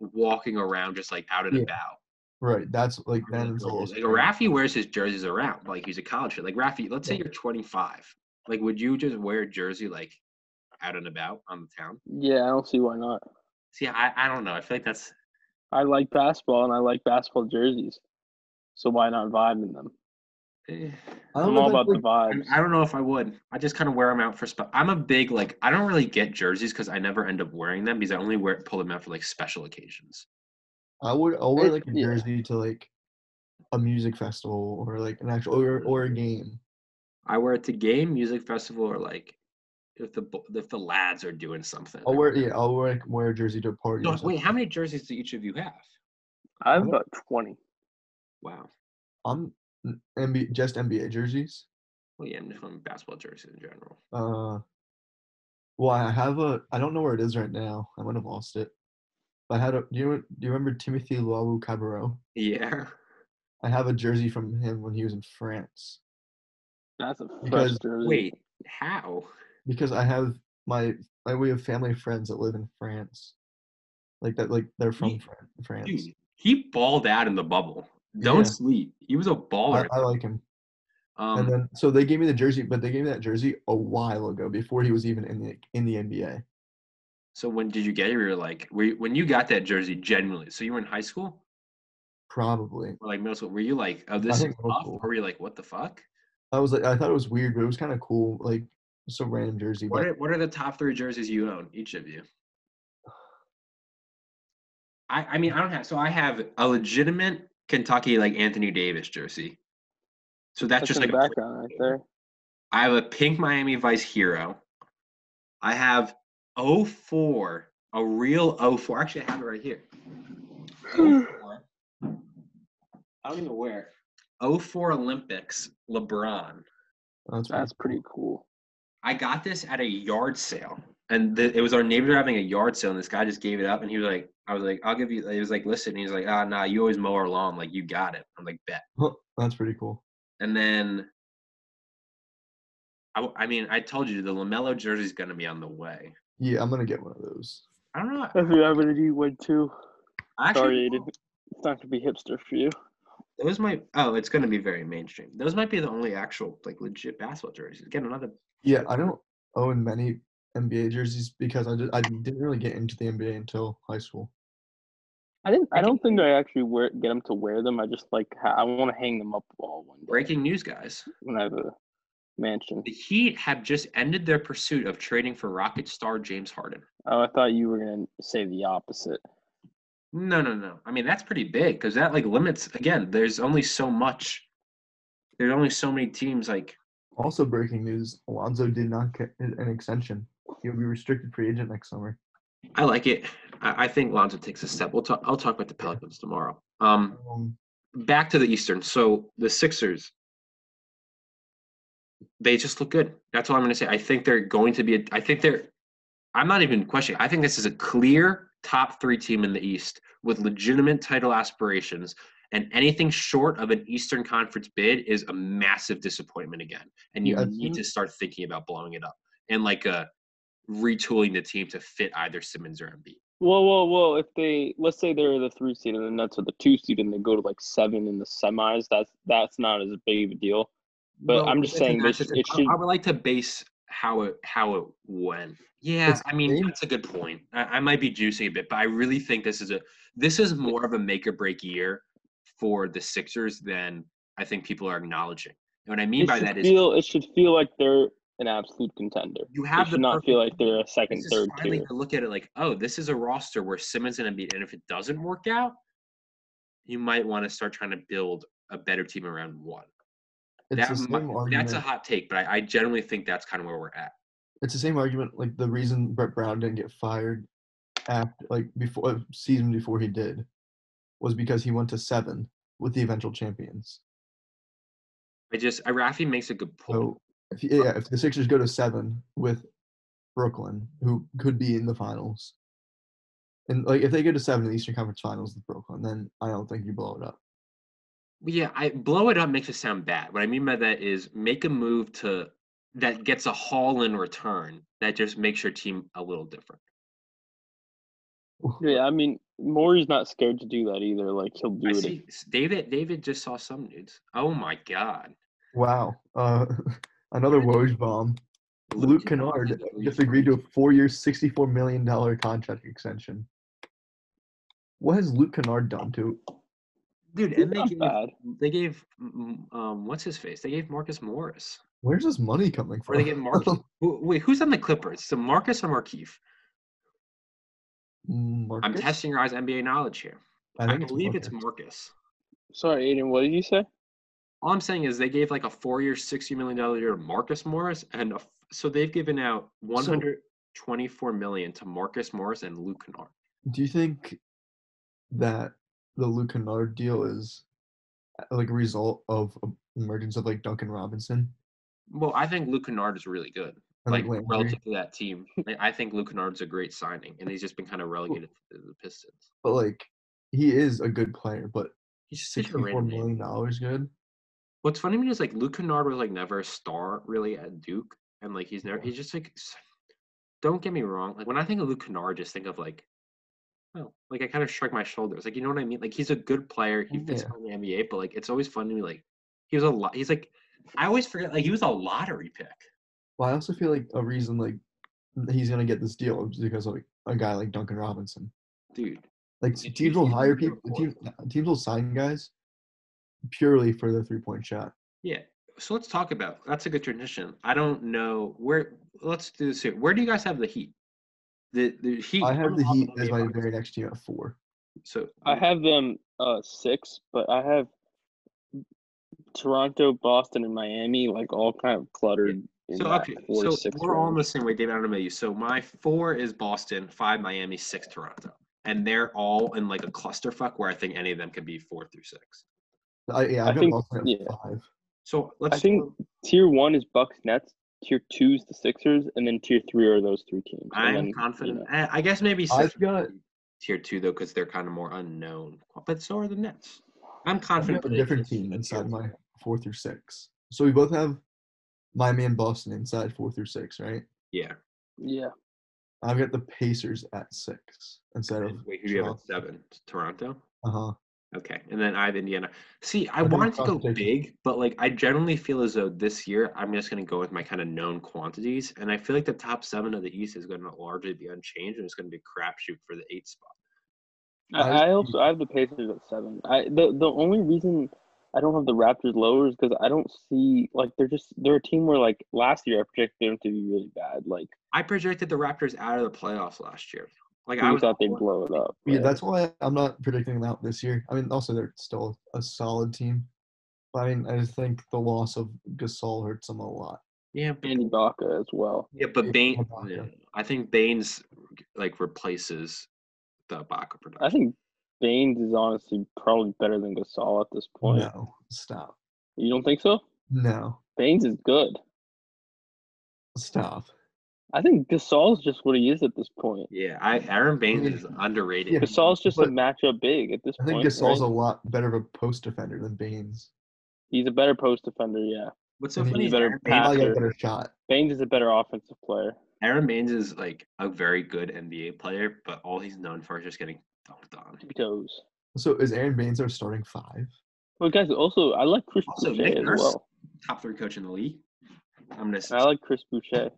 walking around just like out and
Yeah.
about.
right, that's like
Like,
then it's a little
like
strange.
Rafi wears his jerseys around, like he's a college kid. Like Rafi, let's say
Yeah.
you're 25. Like, would you just wear a jersey like out and about on the town?
Yeah, I don't see why not.
See, I, I don't know. I feel like that's
I like basketball and I like basketball jerseys. So why not vibe in them?
eh,
I don't
I'm
know
all
if I
about the
would-
I
vibes.
I don't know if I would. I just kind of wear them out for spe- I'm a big like I don't really get jerseys because I never end up wearing them because I only wear pull them out for like special occasions.
I would I'll wear
It-
like a
yeah.
jersey to like a music festival or like an actual or, or a game.
I wear it to game, music festival, or like if the bo- if the lads are doing something.
I'll wear Oh, yeah, I'll wear like, wear a jersey to a party.
No,
or
wait,
something.
how many jerseys do each of you have?
I have about 20.
Wow.
I'm n- NBA just NBA jerseys.
Well, yeah, I'm just wearing basketball jerseys in general.
Uh, well, I have a I don't know where it is right now. I might have lost it. But I had a do you re- do you remember Timothy Luau Cabarro?
Yeah.
I have a jersey from him when he was in France
That's a fresh
Because-
jersey.
Wait, how?
because I have my I, we have family friends that live in France, like that like they're from
Ye-
Fran- France.
Dude, he balled out in the bubble. Don't
Yeah.
sleep. He was a
I,
baller.
I like him.
Um,
and then so they gave me the jersey, but they gave me that jersey a while ago before he was even in the in the NBA.
so when did you get it? You were like, were you, when you got that jersey, genuinely. So you were in high school
Probably.
or like middle school? Were you like, oh, this is
think middle
tough?
school.
Or were you like, what the fuck?
I was like, I thought it was weird, but it was kind of cool. Like, just a random jersey.
What
But
are, what are the top three jerseys you own, each of you? I, I mean, I don't have, so I have a legitimate Kentucky, like Anthony Davis jersey. So that's,
That's
just
in
like
the
a
background right there.
I have a pink Miami Vice Hero. I have 04, a real 04. Actually, I have it right here. 04. I don't even wear it. 04 Olympics, LeBron.
that's,
That's pretty cool.
I got this at a yard sale, and the, it was our neighbors were having a yard sale, and this guy just gave it up, and he was like, "I was like, I'll give you." He was like, "Listen," he was like, "Ah, nah, you always mow our lawn, like you got it." I'm like, "Bet."
Cool. that's pretty cool.
And then, I, w- I mean, I told you the Lamelo jersey's gonna be on the way.
Yeah, I'm gonna get one of those.
I don't know.
If you have an E one too,
I
sorry,
Actually,
Aiden. It's not gonna be hipster for you.
those might. Oh, it's going to be very mainstream. Those might be the only actual like legit basketball jerseys. Again, another.
Yeah, I don't own many NBA jerseys because I just, I didn't really get into the NBA until high school.
I didn't. I
Breaking
don't think I actually wear get them to wear them. I just like ha- I want to hang them up all one day
Breaking news, guys:
when I have a mansion.
the Heat have just ended their pursuit of trading for Rocket star James Harden.
Oh, I thought you were gonna say the opposite.
No, no, no. I mean, that's pretty big because that like limits again. There's only so much. There's only so many teams. Like,
Also, breaking news: Alonso did not get an extension. He'll be restricted free agent next summer.
I like it. I, I think Lonzo takes a step. We'll talk. I'll talk about the Pelicans tomorrow. Um,
Um,
back to the Eastern. So the Sixers, they just look good. That's all I'm going to say. I think they're going to be. A, I think they're. I'm not even questioning. I think this is a clear top three team in the East with legitimate title aspirations. And anything short of an Eastern Conference bid is a massive disappointment again. And you
Yeah, I
need
think-
to start thinking about blowing it up and like uh, retooling the team to fit either Simmons or Embiid.
Whoa, whoa, whoa! If they let's say they're the three seed and the Nets are the two seed and they go to like seven in the semis, that's that's not as big of a deal. But I'm just
it's a
saying this-
matchup.
it
I-
should-
I would like to base how it how it went. Yeah,
It's
I mean
game.
that's a good point. I, I might be juicing a bit, but I really think this is a this is more of a make or break year for the Sixers than I think people are acknowledging. And what I mean
It
by
should
that is
feel it should feel like they're an absolute contender.
you
It
have the
should not
perfect-
feel like they're a second,
this is
third
finally
tier.
to look at it like, oh, this is a roster where Simmons and Embiid, and if it doesn't work out, you might want to start trying to build a better team around one.
it's
That
the same
might-
argument.
that's a hot take, but I, I generally think that's kind of where we're at.
it's the same argument. Like the reason Brett Brown didn't get fired, after like before uh, season before he did, was because he went to seven with the eventual champions.
I just I, Rafi makes a good point.
So if yeah, if the Sixers go to seven with Brooklyn, who could be in the finals, and like if they go to seven in the Eastern Conference Finals with Brooklyn, then I don't think you blow it up.
Yeah, I blow it up makes it sound bad. What I mean by that is make a move to that gets a haul in return that just makes your team a little different.
Yeah, I mean, Maury's not scared to do that either. Like he'll do
I
it. if-
see s- David David just saw some dudes. Oh my god.
Wow, uh, another Woj bomb. Luke
Kennard
Kennard
is a
just
league-
agreed to a four-year, sixty-four million dollar contract extension. What has Luke Kennard done to?
Dude,
He's
and they
not
gave,
bad.
they gave mm, um what's his face? They gave Marcus Morris.
Where's this money coming from?
Or they gave Marquise. Wh- Wait, who's on the Clippers? So Marcus or Markeith?
Marcus?
I'm testing your eyes NBA knowledge here.
I,
I,
think
believe it's
Marcus.
Marcus.
Sorry, Aiden. What did you say?
All I'm saying is they gave like a four-year, sixty million dollar year to Marcus Morris, and a f so they've given out one hundred twenty-four million to Marcus Morris and Luke Kennard.
Do you think that the Luke Kennard deal is uh, like a result of a- emergence of like Duncan Robinson?
Well, I think Luke Kennard is really good,
and,
like
Landry?
relative to that team. I- I think Luke Kennard's a great signing, and he's just been kind of relegated to the Pistons.
but like he is a good player, but
He's just such a
sixty-four
random name.
million dollars good.
What's funny to me is like Luke Kennard was like never a star really at Duke, and like he's never he's just like. s- Don't get me wrong. Like when I think of Luke Kennard, I just think of like, oh, like I kind of shrug my shoulders. Like you know what I mean? Like he's a good player. He fits
Yeah.
well in the NBA, but like it's always fun to me. Like he was a lot. He's like, I always forget. Like he was a lottery pick.
Well, I also feel like a reason like he's gonna get this deal is because of like, a guy like Duncan Robinson.
Dude,
Like
Did you
teams will
see the
hire
video
people.
for
Teams, teams will sign guys purely for their three point shot.
Yeah. So let's talk about that's a good tradition. I don't know where. Let's do this here. Where do you guys have the Heat? The the Heat.
I have the Heat
as
as my very next team at four.
So
I have them uh six, but I have Toronto, Boston, and Miami like all kind of cluttered. In
So
that
okay.
four,
so
six
we're all on
range.
the same way, David. I don't know about you. So my four is Boston, five Miami, six Toronto, and they're all in like a clusterfuck where I think any of them could be four through six.
I, yeah, I've got
think-
Boston at
yeah.
five.
So let's.
I think tier one is Bucks Nets, tier two is the Sixers, and then tier three are those three teams. And
I'm
then, you
confident.
know,
I, I guess maybe six
I've got
tier two though, because they're kind of more unknown. But so are the Nets. I'm
I've
confident.
got a
predicting
different
tier
team
two.
inside my four through six. So we both have Miami and Boston inside four through six, right?
Yeah.
yeah,
I've got the Pacers at six instead of
Wait, who do you have at seven? Toronto.
uh huh.
Okay, and then I have Indiana. See, I
I think
wanted to go
competition.
big, but like I generally feel as though this year I'm just going to go with my kind of known quantities, and I feel like the top seven of the East is going to largely be unchanged, and it's going to be a crapshoot for the eighth spot.
I, I also I have the Pacers at seven. I the the only reason I don't have the Raptors lower is because I don't see like they're just they're a team where like last year I projected them to be really bad. Like
I projected the Raptors out of the playoffs last year. Like I
Who
was
thought they'd blow it up?
Yeah,
right?
that's why I'm not predicting them out this year. I mean, also they're still a solid team. But I mean, I just think the loss of Gasol hurts them a lot.
yeah, but,
and Ibaka as well.
yeah,
Yeah,
but Bain.
Ibaka.
yeah, I think Baines like replaces the Ibaka production.
I think Baines is honestly probably better than Gasol at this point.
No, stop.
You don't think so?
No,
Baines is good.
stop.
I think Gasol's just what he is at this point.
yeah, I Aaron Baines
Yeah.
is underrated.
Yeah.
Gasol's just
But-
a matchup big at this
I
point.
think Gasol's
right?
a lot better of a post defender than Baines.
He's a better post defender, yeah.
What's so
I mean,
funny
he's
is
better
Aaron Baines,
Probably got a
After-
better shot.
Baines is a better offensive player.
Aaron Baines is like a very good NBA player, but all he's known for is just getting dunked on.
Toes.
So is Aaron Baines our starting five?
But guys, also I like Chris
Also,
Boucher
Nick
as
Nurse.
well.
Top three coach in the league. I'm gonna.
And I like Chris Boucher.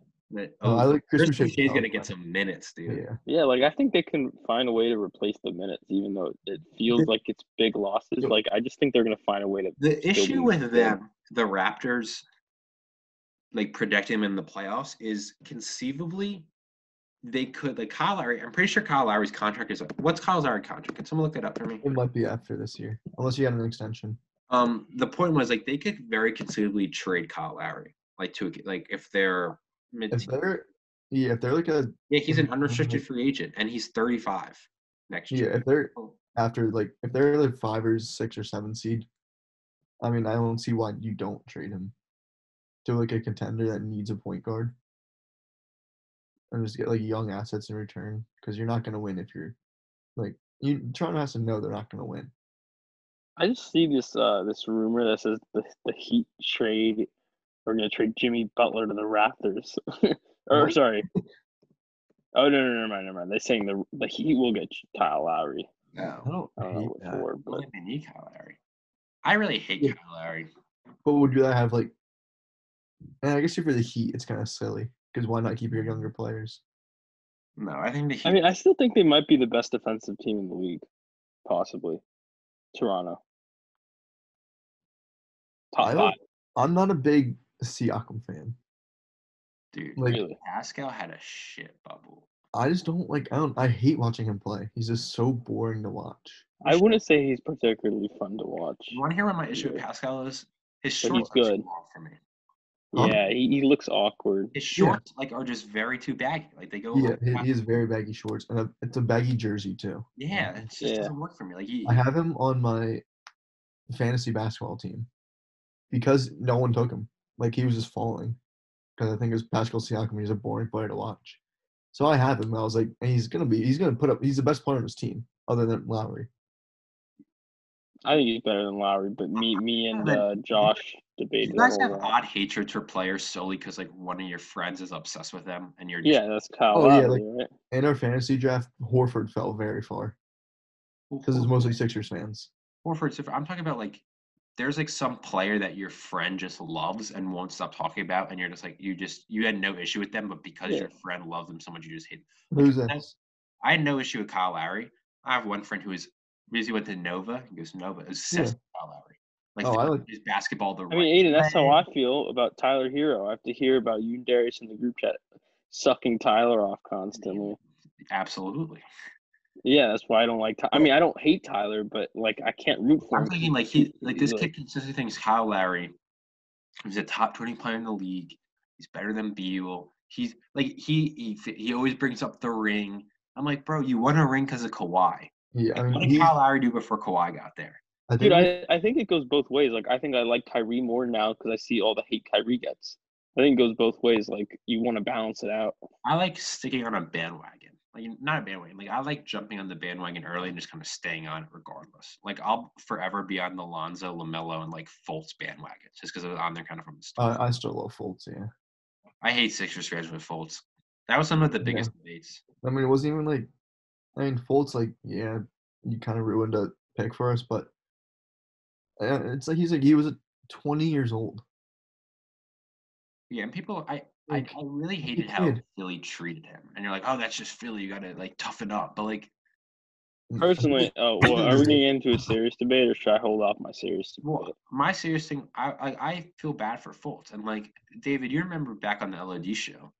Oh, I like Chris
Chris
Boucher's
Boucher's gonna
out,
get
but-
some minutes, dude.
Yeah.
Yeah, like I think they can find a way to replace the minutes, even though it feels
Did-
like it's big losses.
Yo-
Like I just think they're gonna find a way to.
The issue
be-
with them, the Raptors, like projecting them in the playoffs, is conceivably they could like Kyle Lowry. I'm pretty sure Kyle Lowry's contract is what's Kyle Lowry's contract? Can someone look that up for me?
It might be after this year, unless you got an extension.
Um, the point was like they could very conceivably trade Kyle Lowry, like to a- like if they're mid.
If they're yeah, if they're like a
Yeah, he's an
Mm-hmm.
Mhm.
unrestricted free agent, and he's 35 next
yeah,
year.
if they're after like if they're the five or six or seven seed, I mean I don't see why you don't trade him to like a contender that needs a point guard and just get like young assets in return because you're not gonna win if you're like you Toronto has to know they're not gonna win.
I just see this uh this rumor that says the the Heat trade we're gonna trade Jimmy Butler to the Raptors. or
What?
sorry. Oh no, no, never mind, never mind. They're saying the the Heat will get Kyle Lowry.
I
No,
don't
I don't know
hate
what
that.
for,
I
but
don't think they need Kyle Lowry. I really hate
Yeah.
Kyle Lowry.
But would you rather have like? And I guess if you're the Heat, it's kind of silly because why not keep your younger players?
No, I think the Heat.
I mean, I still think they might be the best defensive team in the league, possibly. Toronto. Top
I
five,
don't. I'm not a big Siakam fan.
dude,
Like
really.
Pascal had a shit bubble.
I just don't like. I don't. I hate watching him play. He's just so boring to watch.
I wouldn't say he's particularly fun to watch.
You want to hear what my issue with
Yeah.
Pascal is? His
But he's
shorts are too
good.
long for me.
Huh?
Yeah, he, he looks awkward.
His shorts like are just very too baggy. Like they go.
Yeah,
over-
he, he has very baggy shorts and a, it's a baggy jersey too.
yeah, it just
Yeah.
doesn't work for me. Like he,
I have him on my fantasy basketball team because no one took him. Like he was just falling because I think it was Pascal Siakam. He's a boring player to watch. So I have him. I was like, and he's gonna be. He's gonna put up. He's the best player on his team other than Lowry.
I think he's better than Lowry, but me, me and
But-
uh, Josh debated.
you
it
guys
a
have
lot.
odd hatreds for players solely because like one of your friends is obsessed with them, and you're just
Yeah, that's Kyle
Oh, yeah,
Lowry, right?
In our fantasy draft, Horford fell very far because it's mostly Sixers fans.
Horford's different. I'm talking about like there's like some player that your friend just loves and won't stop talking about, and you're just like you just you had no issue with them, but because
Yeah.
your friend loves them so much, you just hate. Them.
Who's that?
that's- I had no issue with Kyle Lowry. I have one friend who is because he went to Nova. He goes to Nova. Obsessed
Yeah.
with Kyle Lowry. Like
Oh,
the-
I like-
his basketball. The
I mean,
right
Aiden, that's how
way.
I feel about Tyler Hero. I have to hear about you and Darius in the group chat sucking Tyler off constantly.
Absolutely.
Yeah, that's why I don't like. Ty- I mean, I don't hate Tyler, but like I can't root for him.
I'm thinking like he like this
Like-
kid consistently thinks Kyle Lowry He's a top 20 player in the league. He's better than Beal. He's like he he, he always brings up the ring. I'm like, bro, you won a ring because of Kawhi.
Yeah, I
What
mean,
did
he,
Kyle Lowry do before Kawhi got there?
I
Dude,
think
I, I think it goes both ways. Like I think I like Kyrie more now because I see all the hate Kyrie gets. I think it goes both ways. Like you want to balance it out.
I like sticking on a bandwagon. Like not a bandwagon. Like I like jumping on the bandwagon early and just kind of staying on it regardless. Like I'll forever be on the Lonzo, Lamelo, and like Fultz bandwagon just because I was on there kind of from the start.
uh, I still love Fultz. Yeah,
I hate Sixers fans with Fultz. That was some of the
Yeah.
biggest debates.
I mean, it wasn't even like, I mean, Fultz, like, yeah, you kind of ruined a pick for us, but uh, it's like he's like he was uh, 20 years old.
Yeah, and people, I, I, I
Like,
really hated how
kid.
Philly treated him. And you're like, oh, that's just Philly. You gotta like toughen up. But like,
Mm,
Personally, oh well, are we getting into a serious debate or should I hold off my serious
well,
debate?
my serious thing, I, I, I feel bad for Fultz. And like, David, you remember back on the LOD show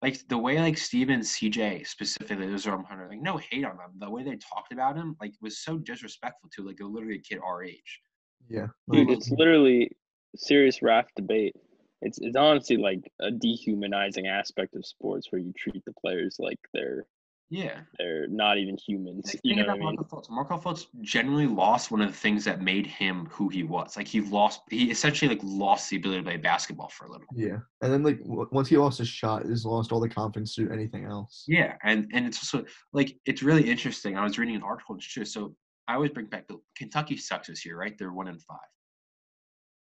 like the way like Steven CJ specifically, those are Hunter, like no hate on them. The way they talked about him, like was so disrespectful to like a literally a kid our age.
Yeah.
Dude,
like,
it's literally serious RAF debate. It's it's honestly like a dehumanizing aspect of sports where you treat the players like they're
Yeah.
they're not even humans.
Like,
You
think
know what I
about
mean?
Marco Fultz. Marco Fultz generally lost one of the things that made him who he was. Like he lost, he essentially like lost the ability to play basketball for a little.
yeah. And then like w- once he lost his shot, he's lost all the confidence to do anything else.
Yeah, and and it's also like it's really interesting. I was reading an article and shit. So I always bring back the Kentucky sucks this year, right? They're one in five.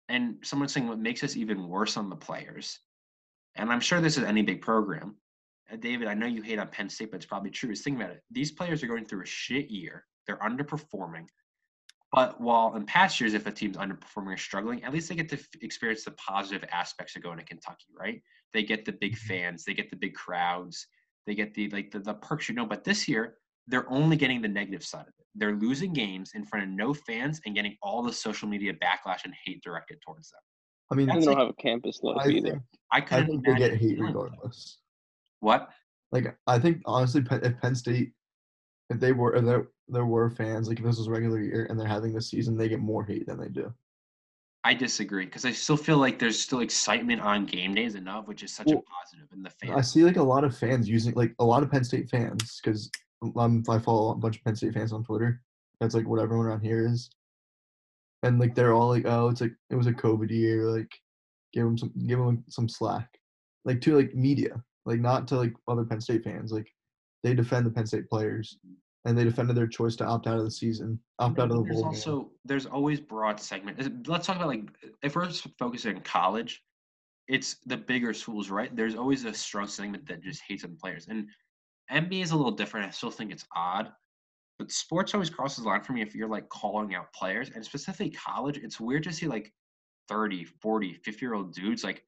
And someone's saying what makes us even worse on the players, and I'm sure this is any big program. Uh, David, I know you hate on Penn State, but it's probably true. Is think about it. These players are going through a shit year. They're underperforming. But while in past years, if a team's underperforming or struggling, at least they get to f- experience the positive aspects of going to Kentucky, right? They get the big fans, they get the big crowds, they get the like the, the perks you know. But this year, they're only getting the negative side of it. They're losing games in front of no fans and getting all the social media backlash and hate directed towards them.
I mean,
And
That's
they
like-
don't have a campus life
I
either.
think,
I
I
couldn't
think they get
imagine
hate
feeling that.
regardless.
What?
Like I think honestly, Penn, if Penn State, if they were, if there there were fans, like if this was a regular year and they're having this season, they get more hate than they do.
I disagree because I still feel like there's still excitement on game days enough, which is such
Well,
a positive in the
I
fans.
see like a lot of fans using like a lot of Penn State fans because um, I follow a bunch of Penn State fans on Twitter. That's like what everyone around here is, and like they're all like, "Oh, it's like it was a COVID year. Like, give them some, give them some slack." Like to like media, like not to like other Penn State fans. Like they defend the Penn State players, and they defended their choice to opt out of the season, opt out of the
there's
bowl. game.
also there's always broad segment. Is- Let's talk about like if we're s- focusing on college, it's the bigger schools, right? There's always a strong segment that just hates on players, and NBA is a little different. I still think it's odd, but sports always crosses the line for me if you're like calling out players, and specifically college. It's weird to see like 30, 40, 50 year old dudes like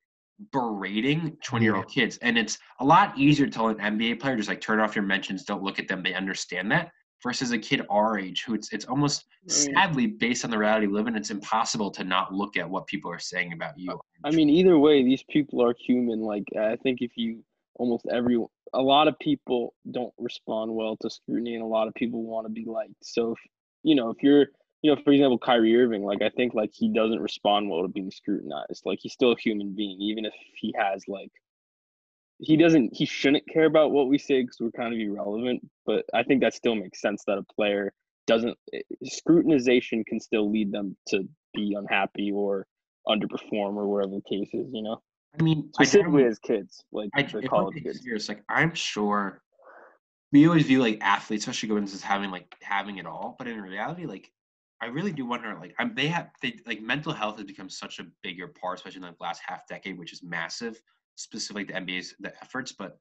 berating 20 year old kids. And it's a lot easier to tell an NBA player, just like turn off your mentions, don't look at them. They understand that versus a kid our age who it's, it's almost
I mean-
sadly based on the reality we live in. It's impossible to not look at what people are saying about you.
I mean, either way, these people are human. Like, I think if you almost every a lot of people don't respond well to scrutiny, and a lot of people want to be liked. So, if, you know, if you're, you know, for example, Kyrie Irving, like I think like he doesn't respond well to being scrutinized. Like he's still a human being, even if he has like he doesn't he shouldn't care about what we say because we're kind of irrelevant. But I think that still makes sense that a player doesn't eh, scrutinization can still lead them to be unhappy or underperform or whatever the case is, you know.
I mean, I
Specifically
don't-
as kids, like
I
the
if I'm
college
being
kids.
serious, like I'm sure we always view like athletes, especially going as having like having it all, but in reality, like I really do wonder, like I'm they have they like mental health has become such a bigger part, especially in the last half decade, which is massive, specifically the NBA's the efforts. But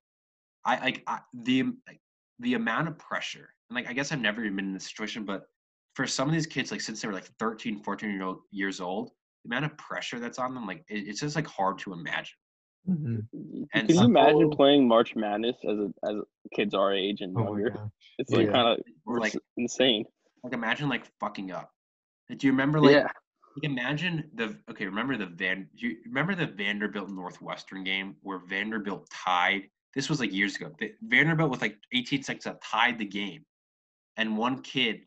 I like I, the like, the amount of pressure, and like I guess I've never even been in this situation, but for some of these kids, like since they were like 13, 14 year old years old, the amount of pressure that's on them, like it, it's just like hard to imagine.
Mhm.
And
Can you imagine
Sapporo-
playing March Madness as a, as kids our age and
Oh my
younger?
god.
it's like
Yeah.
kind of
Or like
insane.
Like imagine like fucking up. Like, do you remember like,
yeah,
like, imagine the okay? Remember the Van? do You remember the Vanderbilt Northwestern game where Vanderbilt tied? This was like years ago. The, Vanderbilt with like 18 seconds left tied the game, and one kid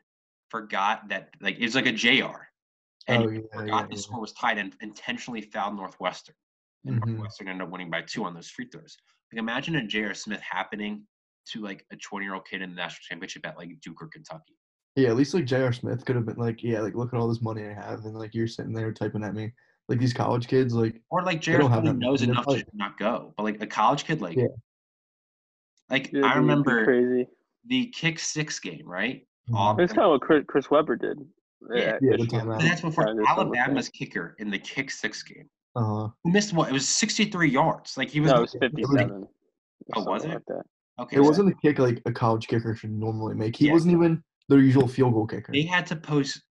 forgot that like it was like a Jr. And
Oh
he
yeah.
forgot
yeah,
the
yeah.
score was tied and intentionally fouled Northwestern. And
Mhm.
Northwestern ended up winning by two on those free throws. Like imagine a J.R. Smith happening to like a 20 year old kid in the national championship at like Duke or Kentucky.
Yeah, at least like J.R. Smith could have been like, yeah, like look at all this money I have, and like you're sitting there typing at me, like these college kids, like
Or like
They
Jared
don't have
probably
that
knows
much. They're
enough to
probably-
just not go, but like a college kid, like
Yeah.
like I
Yeah, dude, it'd be
remember
crazy.
the kick six game, right?
Mhm.
It's kind of what Chris, Chris Webber did.
Yeah.
at
Yeah, the
Michigan.
timeout.
But that's before
Kind of something like
Alabama's kicker in the kick six game.
uh,
Who missed what? It was sixty three yards. Like he
that.
was
No, it was
it was-
Oh,
fifty-seven.
was
something
it?
Like that.
okay.
it wasn't a kick like a college kicker should normally make. He
Yeah.
wasn't even their usual field goal kicker.
They had to post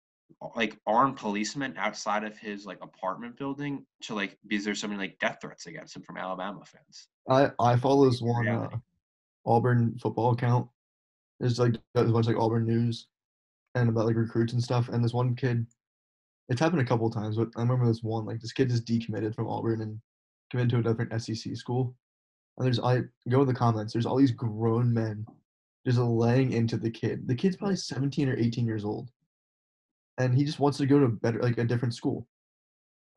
like armed policemen outside of his like apartment building to like because there's so many like death threats against him from Alabama fans.
I I follow this one uh,
Reality.
Auburn football account. It's like does a bunch like Auburn news, and about like recruits and stuff. And this one kid, it's happened a couple times, but I remember this one like this kid just decommitted from Auburn and committed to a different SEC E school, And there's I go in the comments. There's all these grown men just laying into the kid. The kid's probably 17 or 18 years old, and he just wants to go to a better, like a different school.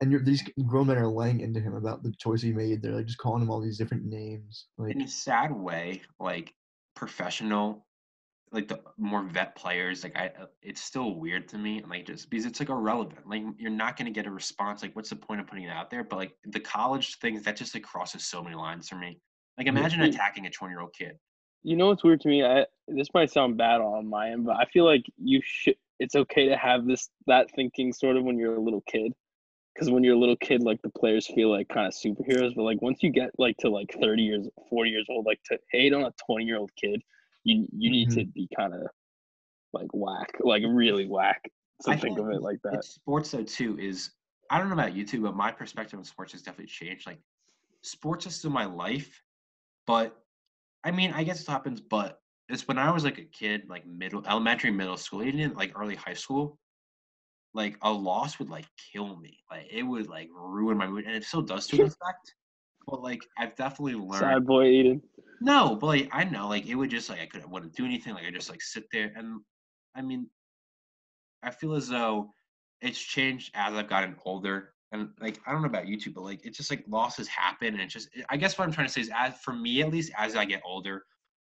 And you're, these grown men are laying into him about the choice he made. They're like just calling him all these different names. Like
in a sad way, like professional, like the more vet players, like I, uh, it's still weird to me, and like just because it's like irrelevant. Like you're not gonna get a response. Like what's the point of putting it out there? But like the college things, that just like crosses so many lines for me. Like imagine
it-
attacking a 20 year old kid.
You know what's weird to me? I this might sound bad on my end, but I feel like you should. It's okay to have this that thinking sort of when you're a little kid, because when you're a little kid, like the players feel like kind of superheroes. But like once you get like to like thirty years, forty years old, like to hate on a twenty year old kid, you you need
Mm-hmm.
to be kind of like whack, like really whack to
I
think
feel
of it like that.
It's sports though too is I don't know about you too, but my perspective on sports has definitely changed. Like sports is still my life, but I mean I guess it happens, but it's when I was like a kid, like middle elementary, middle school, even in, like early high school, like a loss would like kill me. Like it would like ruin my mood. And it still does to an effect. But like I've definitely learned
Sad boy Eden.
no, but like I know, like it would just like I couldn't wouldn't do anything. Like I just like sit there, and I mean, I feel as though it's changed as I've gotten older. And like I don't know about you two, but like it's just like losses happen, and it's just I guess what I'm trying to say is, as for me at least, as I get older,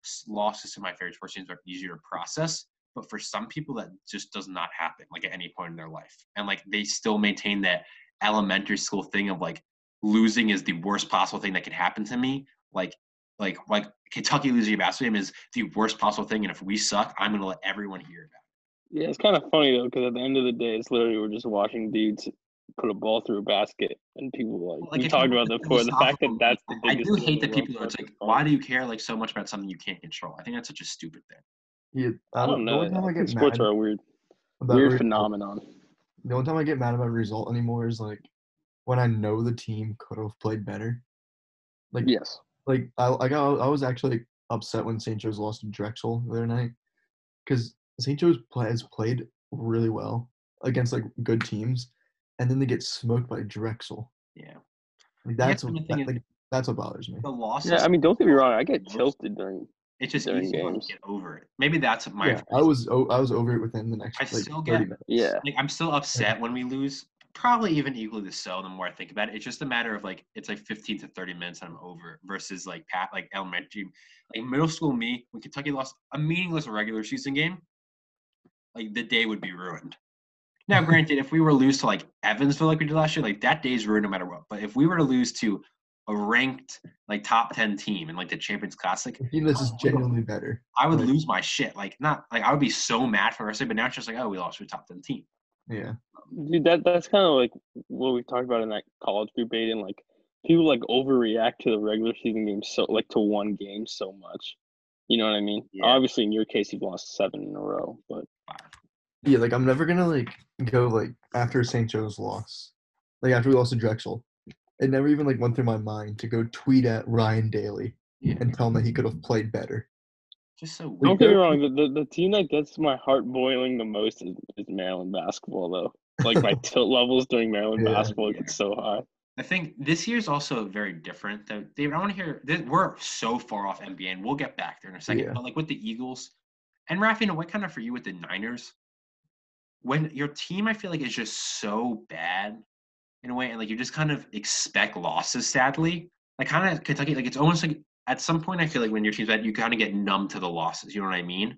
s- losses to my favorite sports teams are easier to process. But for some people, that just does not happen, like at any point in their life, and like they still maintain that elementary school thing of like losing is the worst possible thing that could happen to me. Like like like Kentucky losing a basketball game is the worst possible thing, and if we suck, I'm gonna let everyone hear about
Yeah, it's kind of funny though, because at the end of the day, it's literally we're just watching dudes put a ball through a basket, and people like,
Like,
we
if
talked
you look
about that
at
before. The fact that
philosophical-
that's the
it. I
biggest.
do
thing in
hate
the
that
world
people are
for
it's
us
like,
is
why
fun.
do you care like so much about something you can't control? I think that's such a stupid thing.
he,
I don't
The
know.
only time I
I think
get
sports
mad
are a weird,
about
weird
result-
phenomenon.
the only time I get mad about a result anymore is like when I know the team could have played better. Like
Yes.
like I I got I was actually upset when St. Joe's lost to Drexel the other night because St. Joe's play, has played really well against like good teams, and then they get smoked by Drexel.
Yeah,
Like, that's
and
what
the thing
that-
is- Oh
like, that's what bothers me.
the losses.
Yeah, I mean, don't get me wrong. I get
Most-
tilted during.
it's just
during
easy to
games.
get over it. Maybe that's my.
Yeah, I was o- I was over it within the next
I
like
still get-
thirty minutes.
Yeah.
like I'm still upset when we lose. Probably even equally so. The more I think about it, it's just a matter of like it's like 15 to 30 minutes and I'm over. Versus like Pat, like elementary, like middle school me when Kentucky lost a meaningless regular season game, like the day would be ruined. Now, granted, if we were to lose to like Evansville like we did last year, like that day's ruined no matter what. But if we were to lose to a ranked like top 10 team and like the Champions Classic,
A team that's
Oh,
just genuinely better.
I would
Right.
lose my shit. Like not like I would be so mad for the rest of it. But now it's just like oh, we lost to a top 10 team.
Yeah,
Dude, that that's kind of like what we talked about in that college group debate, and like people like overreact to the regular season game so like to one game so much. You know what I mean?
Yeah.
Obviously, in your case, you've lost seven in a row, but
yeah. Like I'm never gonna like go like after St. Joe's loss, like after we lost to Drexel. It never even like went through my mind to go tweet at Ryan Daly
Yeah.
and tell him that he could have played better.
Just so
Don't
weird.
get me wrong. The, the, the team that gets my heart boiling the most is, is Maryland basketball, though. Like my tilt levels during Maryland
Yeah.
basketball get so high.
I think this year's also very different. Though, David, I want to hear. This, we're so far off NBA, and we'll get back there in a second.
Yeah.
But like with the Eagles, and Rafi, what kind of for you with the Niners? When your team, I feel like, is just so bad in a way, and like you just kind of expect losses. Sadly, like kind of Kentucky, like it's almost like at some point, I feel like when your team's bad, you kind of get numb to the losses. You know what I mean?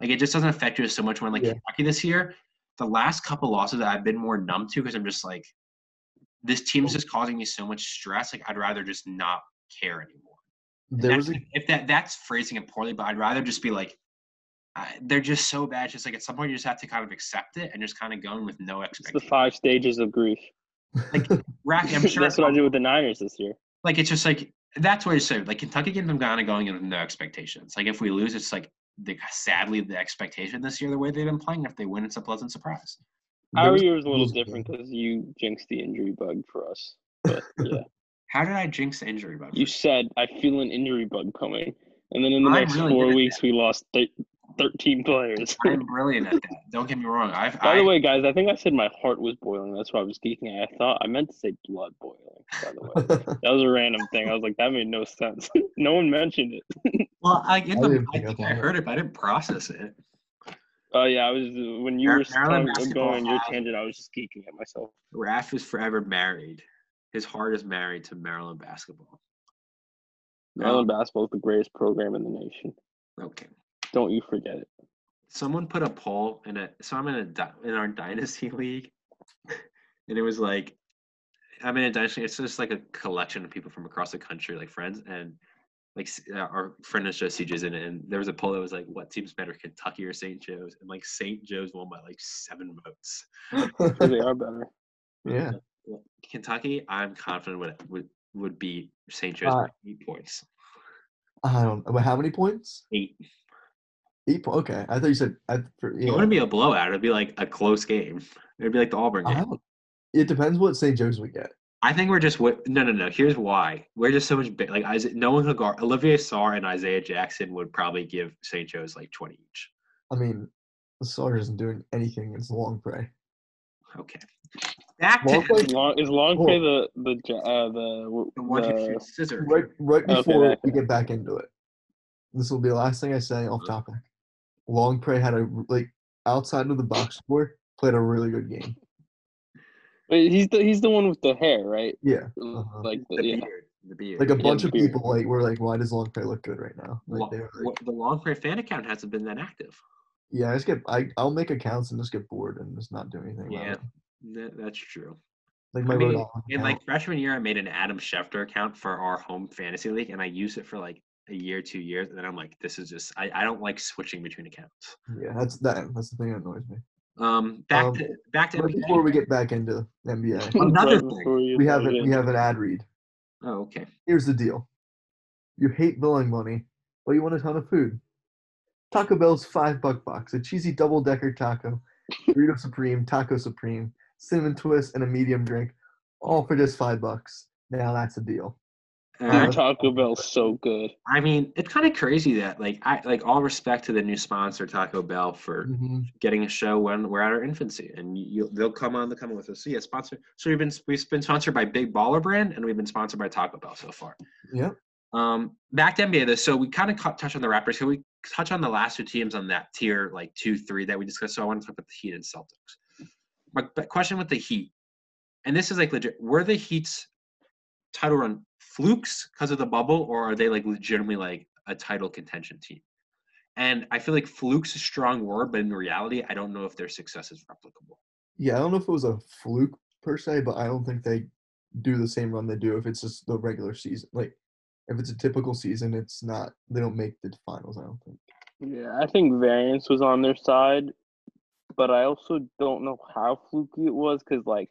Like it just doesn't affect you so much when like
Yeah.
Kentucky this year. The last couple losses that I've been more numb to because I'm just like, this
Oh.
team's just causing me so much stress. Like I'd rather just not care anymore.
There
That's-
was a
if that that's phrasing it poorly, but I'd rather just be like, I, they're just so bad. It's just like at some point you just have to kind of accept it and just kind of going with no
It's the
expectation.
five stages of grief.
Rafi, I'm sure
That's what I did with the Niners this year.
like it's just like that's what I said. Like Kentucky games, I'm kind of going in with no expectations. Like if we lose, it's like the sadly the expectation this year the way they've been playing. If they win, it's a pleasant surprise.
there
Our
was-
year was a little
Eagles game.
different because you jinxed the injury bug for us. But yeah,
How did I jinx the injury bug?
you said I feel an injury bug coming, and then in the
I'm
next
really good at
four
that.
weeks we lost thir- thirteen players.
I'm brilliant at that. Don't get me wrong. I've,
By
I,
the way, guys, I think I said my heart was boiling. That's why I was geeking. out. I thought I meant to say blood boiling. by the way. That was a random thing. I was like, that made no sense. no one mentioned it.
Well, I, you know,
didn't
I
pick
think
up
I
on it.
heard it, but I didn't process it.
Oh yeah, I was when you
Mar-
were
Maryland
talking,
basketball
going your
has-
tangent. I was just geeking at myself.
Raph is forever married. His heart is married to Maryland basketball.
Maryland basketball is the greatest program in the nation.
Oh, Okay.
Don't you forget it.
someone put a poll in a so I'm in a dy- in our dynasty league, and it was like I'm in a dynasty. It's just like a collection of people from across the country, like friends, and like s- uh, our friend is Joe CJ's in it. And there was a poll that was like, "What team's better, Kentucky or St. Joe's?" And like St. Joe's won by like seven votes.
Sure they are better.
yeah.
Kentucky, I'm confident would would would beat St. Joe's by
Uh,
eight points.
I don't. But how many points?
Eight.
Eight. Po- okay. I thought you said. I, for,
It
yeah.
wouldn't be a blowout. It'd be like a close game. It'd be like the Auburn game.
I don't- It depends what St. Joe's we get.
I think we're just wi- no, no, no. Here's why we're just so much big. Like Isaiah, no one could guard Olivier Sarr and Isaiah Jackson would probably give St. Joe's like twenty each.
I mean, the Sawyer isn't doing anything against the long prey.
Okay, back
Well,
to
like-
Is long is long
Cool.
play the the Ja- uh, the
the one who
the-
shoots scissors.
Right, right
Okay,
before
that-
we get back into it, this will be the last thing I say off topic. Long prey had a like outside of the box score played a really good game.
Wait, he's the he's the one with the hair, right?
Yeah, Uh-huh.
Like the,
The
yeah.
beard, the beard.
like a
Yeah,
bunch of
weird.
people like were like, "Why does Long prey look good right now?" Like,
Lo-
they were
lo-
like,
the long prayer fan account hasn't been that active.
yeah, I just get I I'll make accounts and just get bored and just not do anything. about
Yeah.
it.
That, that's true.
like
I
my
mean,
Rhode Island
In
account.
like freshman year, I made an Adam Schefter account for our home fantasy league, and I used it for like a year, two years, and then I'm like, this is just I, I don't like switching between accounts.
yeah, that's that that's the thing that annoys me.
Um, back
Um,
to back to
But
NBA.
before we get back into NBA,
Another thing.
before you
we have
started
it. We have an ad read.
Oh, okay.
Here's the deal: you hate billing money, but you want a ton of food. Taco Bell's five buck box, a cheesy double decker taco, burrito supreme, taco supreme, cinnamon twist, and a medium drink, all for just five bucks. Now that's a deal.
All
Dude,
right.
Taco Bell's so good.
I mean, it's kind of crazy that like I like all respect to the new sponsor Taco Bell for
Mm. Mm-hmm.
getting a show when we're at our infancy, and you, you they'll come on, they'll come on with us. So yeah, sponsor. So we've been we've been sponsored by Big Baller Brand, and we've been sponsored by Taco Bell so far.
Yep.
Um, back to NBA though, so we kind of touched on the Raptors. Can we touch on the last two teams on that tier, like two, three that we discussed? So I want to talk about the Heat and Celtics. My but question with the Heat, and this is like legit: Were the Heat's title run flukes because of the bubble, or are they like legitimately like a title contention team? And I feel like flukes a strong word, but in reality, I don't know if their success is replicable.
Yeah, I don't know if it was a fluke per se, but I don't think they do the same run they do if it's just the regular season. Like, if it's a typical season, it's not. They don't make the finals. I don't think.
Yeah, I think variance was on their side, but I also don't know how fluky it was because, like,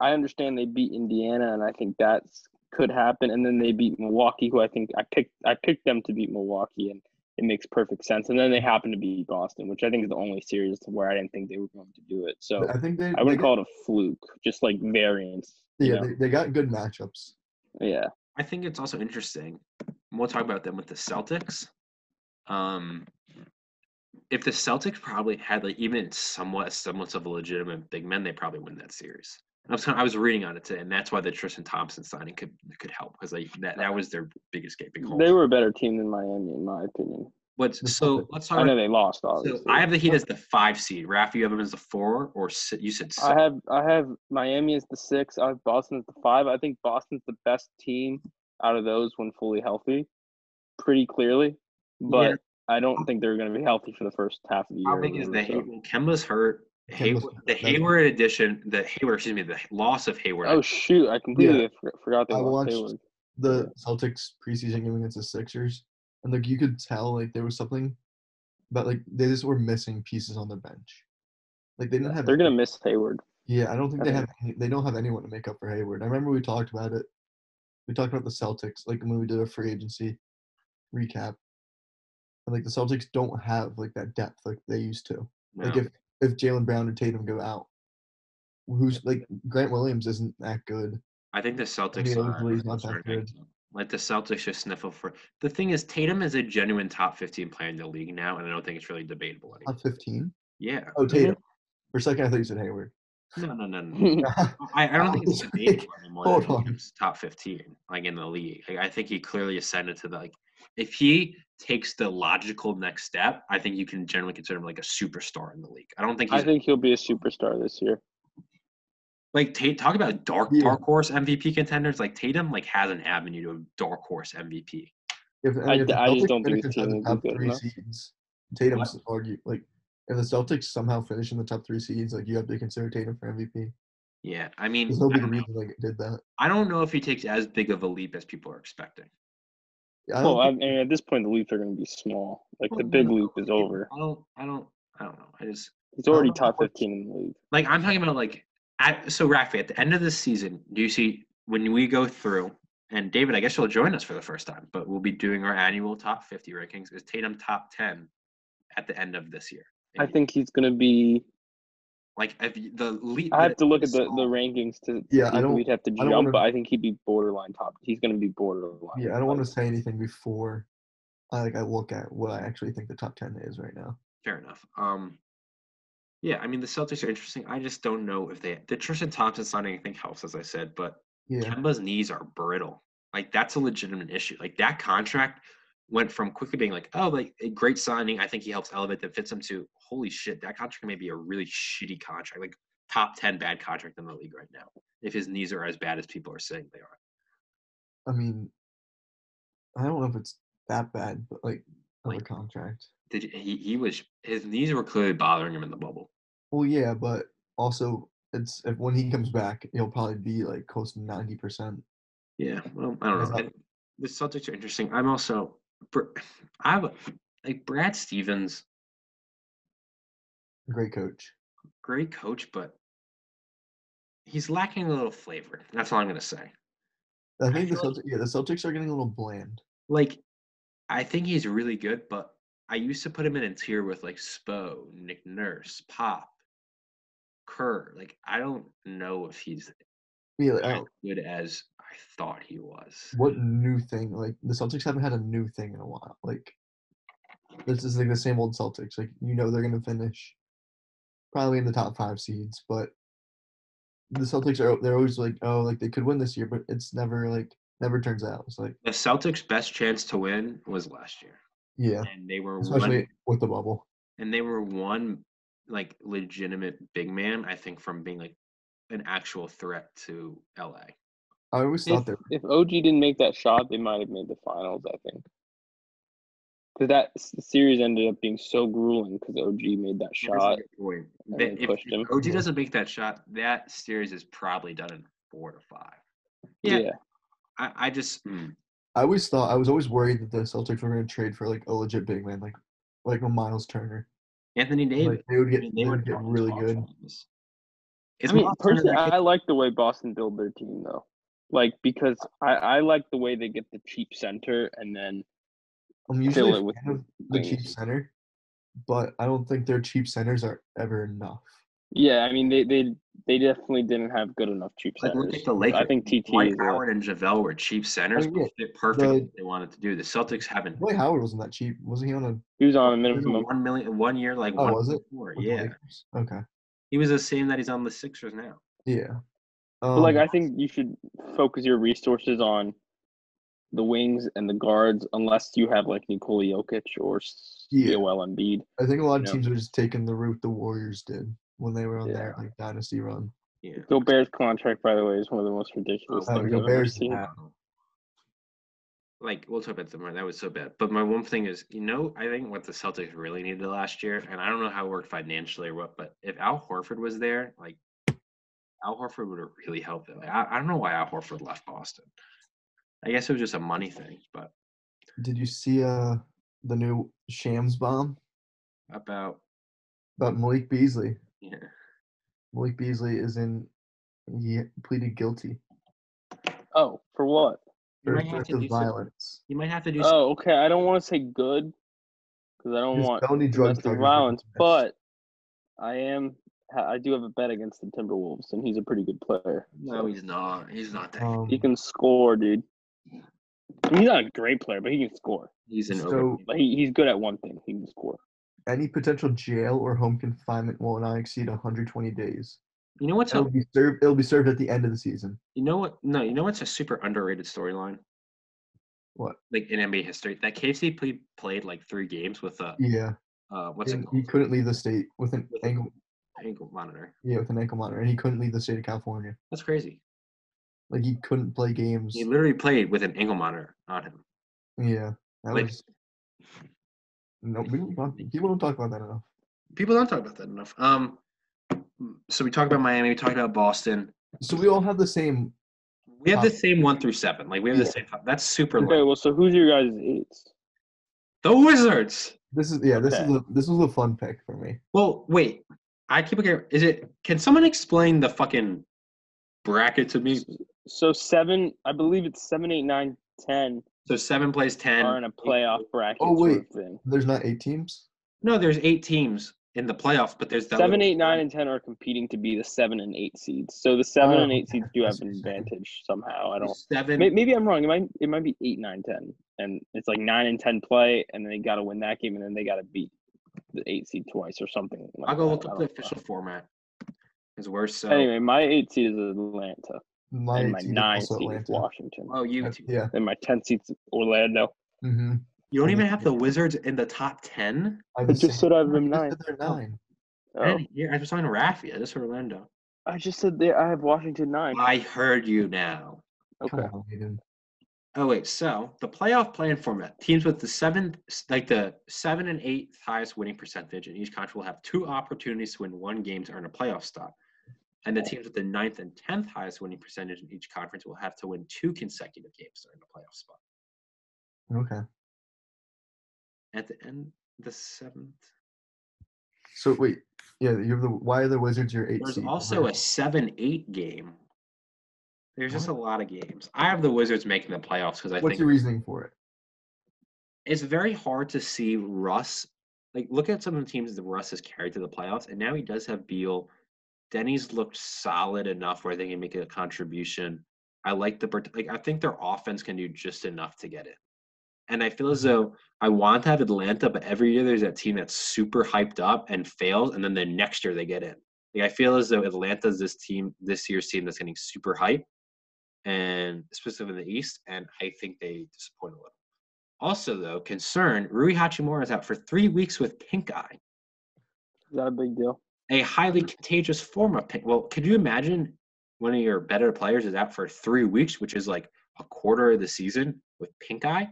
I understand they beat Indiana, and I think that's could happen, and then they beat Milwaukee, who I think I picked. I picked them to beat Milwaukee, and it makes perfect sense. And then they happen to beat Boston, which I think is the only series where I didn't think they were going to do it. So
I think they.
I
they
wouldn't
got-
call it a fluke, just like variance. you
Yeah,
know?
they, they got good matchups.
yeah.
I think it's also interesting. and We'll talk about them with the Celtics. Um, if the Celtics probably had like even somewhat semblance of a legitimate big men, they probably win that series. And I was kind of, I was reading on it today, and that's why the Tristan Thompson signing could could help because like that, that was their biggest gaping hole.
They were a better team than Miami, in my opinion.
but
The
so
Celtics.
let's
I
talk.
know
About,
they lost, obviously.
so I have the Heat as the five seed. Raph, you have them as the four, or si- you said six.
I have I have Miami as the six. I have Boston as the five. I think Boston's the best team out of those when fully healthy, pretty clearly. But I don't think they're going to be healthy for the first half of the year.
How
or
big is the
whatever, so-
Hayward? Well, Kemba's hurt.
Kemba's
Hayward,
hurt.
the
That's-
Hayward addition, the Hayward, excuse me, the loss of Hayward.
Oh shoot! I completely for- forgot they
I
lost
watched-
Hayward.
The Celtics preseason game against the Sixers, and like you could tell, like there was something, but like they just were missing pieces on their bench. Like they didn't have.
They're going to miss Hayward.
Yeah, I don't think
I
they
mean-
have. Any, they don't have anyone to make up for Hayward. I remember we talked about it. We talked about the Celtics, like when we did a free agency recap, and like the Celtics don't have like that depth like they used to.
No.
Like if if Jalen Brown and Tatum go out, who's like Grant Williams isn't that good.
I think the Celtics
Maybe
are
Oakley's not that
concerning.
good.
Like the Celtics just sniffle for the thing is Tatum is a genuine top fifteen player in the league now, and I don't think it's really debatable anymore.
Top fifteen.
Yeah.
Mm-hmm.
Oh, Tatum. For a second, I thought you said Hayward.
No, no, no, no. I, I don't think it's debatable anymore. that
Hold
he
on.
was top fifteen, like in the league. Like, I think he clearly ascended to the like. If he takes the logical next step, I think you can generally consider him like a superstar in the league. I don't think
I
he's
think he'll be a superstar this year.
like Tate, talk about dark
Yeah.
dark horse MVP contenders. Like Tatum, like has an avenue to a dark horse MVP.
If,
I-
the
I just
Celtics
don't think
finish
the
inside
team
the
will
top
be good
three
enough.
seeds. Tatum's argue like if the Celtics somehow finish in the top three seeds, like you have to consider Tatum for MVP.
Yeah, I mean,
There's no
I
big
don't, know.
reason like it did that.
I don't know if he takes as big of a leap as people are expecting.
Yeah, I don't
Well, I
think-
mean, at this point, the leaps are going to be small. Like the
Well,
big
no.
leap is over.
I don't, I don't, I don't know. I just
He's already
Um,
top
what-
fifteen in the league.
like I'm talking about like at, so Rafi at the end of this season. Do you see when we go through and David? I guess you'll join us for the first time, but we'll be doing our annual top 50 rankings. Is Tatum top 10 at the end of this year?
I think he's going to be.
like if you- the leap.
I
that
have to look at
is
the, the
small-
rankings to
Yeah,
see
I
who
don't-
we'd have to
don't
jump,
wanna-
but I think he'd be borderline top. He's going to be borderline.
yeah, I don't want to
like,
say anything before I like I look at what I actually think the top ten is right now.
Fair enough. Um, yeah, I mean the Celtics are interesting. I just don't know if they the Tristan Thompson signing I think helps, as I said, but
Yeah,
Kemba's knees are brittle. Like that's a legitimate issue. Like that contract went from quickly being like, oh, like a great signing. I think he helps elevate them, fits them to holy shit. That contract may be a really shitty contract, like top ten bad contract in the league right now. If his knees are as bad as people are saying they are,
I mean, I don't know if it's that bad, but like of a
Like-
contract.
did you- he? He was his knees were clearly bothering him in the bubble.
Well, yeah, but also it's if when he comes back, he'll probably be like close to ninety percent.
Yeah, well, I don't know.
Because
I- The Celtics are interesting. I'm also, Br- I have like Brad Stevens,
Great coach.
great coach, but he's lacking a little flavor. That's all I'm gonna say.
I think the
feel like-
Celtics, yeah, the Celtics are getting a little bland.
Like, I think he's really good, but I used to put him in a tier with like Spo, Nick Nurse, Pop, Kerr. Like, I don't know if he's
Yeah, like, I
as
don't-
good as I thought he was.
what new thing? Like the Celtics haven't had a new thing in a while. Like this is like the same old Celtics. Like you know they're gonna finish probably in the top five seeds, but the Celtics are they're always like oh like they could win this year, but it's never like never turns out. It's like
The Celtics' best chance to win was last year,
yeah,
and they were one
especially with the bubble.
and they were one like legitimate big man i think from being like an actual threat to la
I always
If,
thought they were
if OG didn't make that shot, they might have made the finals. I think because that s- series ended up being so grueling because OG made that
Here's
shot.
my point.
and
That-
they
if,
pushed him.
if og doesn't make that shot that series is probably done in four to five yeah,
Yeah,
I, I just
Hmm.
mm,
I always thought I was always worried that the Celtics were going to trade for like a legit big man, like like a Miles Turner.
anthony davis
Like they would
I
get
mean,
they would get
fucking
really
talk
good.
finals. It's
I mean,
Miles Turner
personally,
that
I like the way Boston build their team though, like because I I like the way they get the cheap center and then
I'm
fill
usually
it
a
with
fan of the cheap
wings.
center, but I don't think their cheap centers are ever enough.
yeah, I mean they they they definitely didn't have good enough cheap
Like,
centers.
look at the Lakers.
I think TT
Dwight
is a-
Howard and JaVale were cheap centers,
mean,
but fit perfect
Oh, the-
what they wanted to do. The Celtics haven't
Dwight Howard wasn't that cheap, wasn't he? On a
he was on a
He was a
minimum.
one million one year like
Oh,
one
was it?
before.
with the
Yeah,
Lakers? Okay.
he was the same that he's on the Sixers now.
Yeah.
But like
Um,
I think you should focus your resources on the wings and the guards, unless you have like Nikola Jokic or
Yeah.
Joel Embiid.
I think a lot of
yeah.
teams are just taking the route the Warriors did when they were on their
Yeah.
like dynasty run.
Yeah,
Gobert's contract, by the way, is one of the most ridiculous
Oh,
things I've ever
Gobert's
seen.
bad. Yeah.
um, like we'll talk about that more. That was so bad. But my one thing is, you know, I think what the Celtics really needed last year, and I don't know how it worked financially or what, but if Al Horford was there, like Al Horford would have really helped it. Like, I, I don't know why Al Horford left Boston. I guess it was just a money thing, but
Did you see uh the new Shams bomb
about
about Malik Beasley?
yeah.
Malik Beasley is in. He pleaded guilty
Oh, for what?
You
for
might have to do
excessive
some-
violence.
You might have to do some
Oh, okay. I don't want to say good because I don't
His
want
felony drug
domestic
charges are
violence,
dismissed.
but I am. I do have a bet against the Timberwolves, and he's a pretty good player.
No,
so
he's not. He's not that.
Um,
he can score, dude. I mean, he's not a great player, but he can score.
he's an
so-
Like, he, he's good at one thing. He can score.
any potential jail or home confinement will not exceed 120 days.
You know what's a,
It'll be served. It'll be served at the end of the season.
you know what no you know what's a super underrated storyline
What?
like in NBA history that KC played played like three games with a
Yeah,
uh, what's it
and
called
he couldn't leave the state with an
With a-
ankle.
ankle monitor.
Yeah, with an ankle monitor, and he couldn't leave the state of California.
That's crazy.
Like he couldn't play games.
He literally played with an ankle monitor on him.
Yeah, that
Like-
was. No, we don't talk, people don't talk about that enough.
People don't talk about that enough. Um, so we talked about Miami. We talked about Boston.
So we all have the same.
We have the
Um,
same one through seven. Like we have the
yeah.
same. That's super
Okay,
low.
well, so who's your guys' eights?
The Wizards.
This is yeah. This is
Okay.
a, this was a fun pick for me.
Well, wait. I keep forgetting. Is it? Can someone explain the fucking bracket to me?
So seven, I believe it's seven, eight, nine, ten
So seven plays ten.
are in a playoff bracket.
Oh, wait.
Sort of thing.
There's not eight teams.
No, there's eight teams in the playoffs, but there's that
Seven,
little-
eight, nine, and ten are competing to be the seven and eight seeds. So the seven
Oh,
and eight seeds
okay.
do
I
have
see
an
what you're saying.
advantage somehow. I don't.
Seven.
may- Maybe I'm wrong. It might it might be eight, nine, ten, and it's like nine and ten play, and then they got to win that game, and then they got to beat the eight seed twice or something. like
I'll go
that.
look
I
up
don't
the
know.
official format. Because we're so.
Anyway, my eight seed is Atlanta,
My,
and
eight
my
seed is
nine
also
seed is
Atlanta.
Washington,
Oh, you.
Uh,
two-
Yeah.
and my ten seed is Orlando.
Mm-hmm.
You don't even have the Wizards in the top ten.
I
just said I have them nine.
I just said they're nine.
I
Oh,
didn't hear- I was talking to Rafi. I just heard Orlando.
I just said there. I have Washington nine.
I heard you now.
Come
Okay.
on, Aiden.
Oh wait, so the playoff play-in format: teams with the seventh, like the seven and eighth highest winning percentage in each conference will have two opportunities to win one game to earn a playoff spot, and the teams with the ninth and tenth highest winning percentage in each conference will have to win two consecutive games to earn a playoff spot.
Okay.
At the end, the seventh.
So wait, yeah, you have the why are the Wizards your eight
There's
seed?
also a
Right.
seven-eight game. There's just a lot of games. I have the Wizards making the playoffs because I
What's
think
your reasoning for it?
it's very hard to see Russ. Like, look at some of the teams that Russ has carried to the playoffs, and now he does have Beal. Denny's looked solid enough where they can make a contribution. I like the Bert- like. I think their offense can do just enough to get it. And I feel as though I want to have Atlanta, but every year there's that team that's super hyped up and fails, and then the next year they get in. Like I feel as though Atlanta's this team, this year's team that's getting super hype, and specifically in the East, and I think they disappoint a little. Also, though, concern Rui Hachimura is out for three weeks with pink eye,
Is that a big deal?
a highly
Mm-hmm.
contagious form of pink. Well, could you imagine one of your better players is out for three weeks, which is like a quarter of the season with pink eye?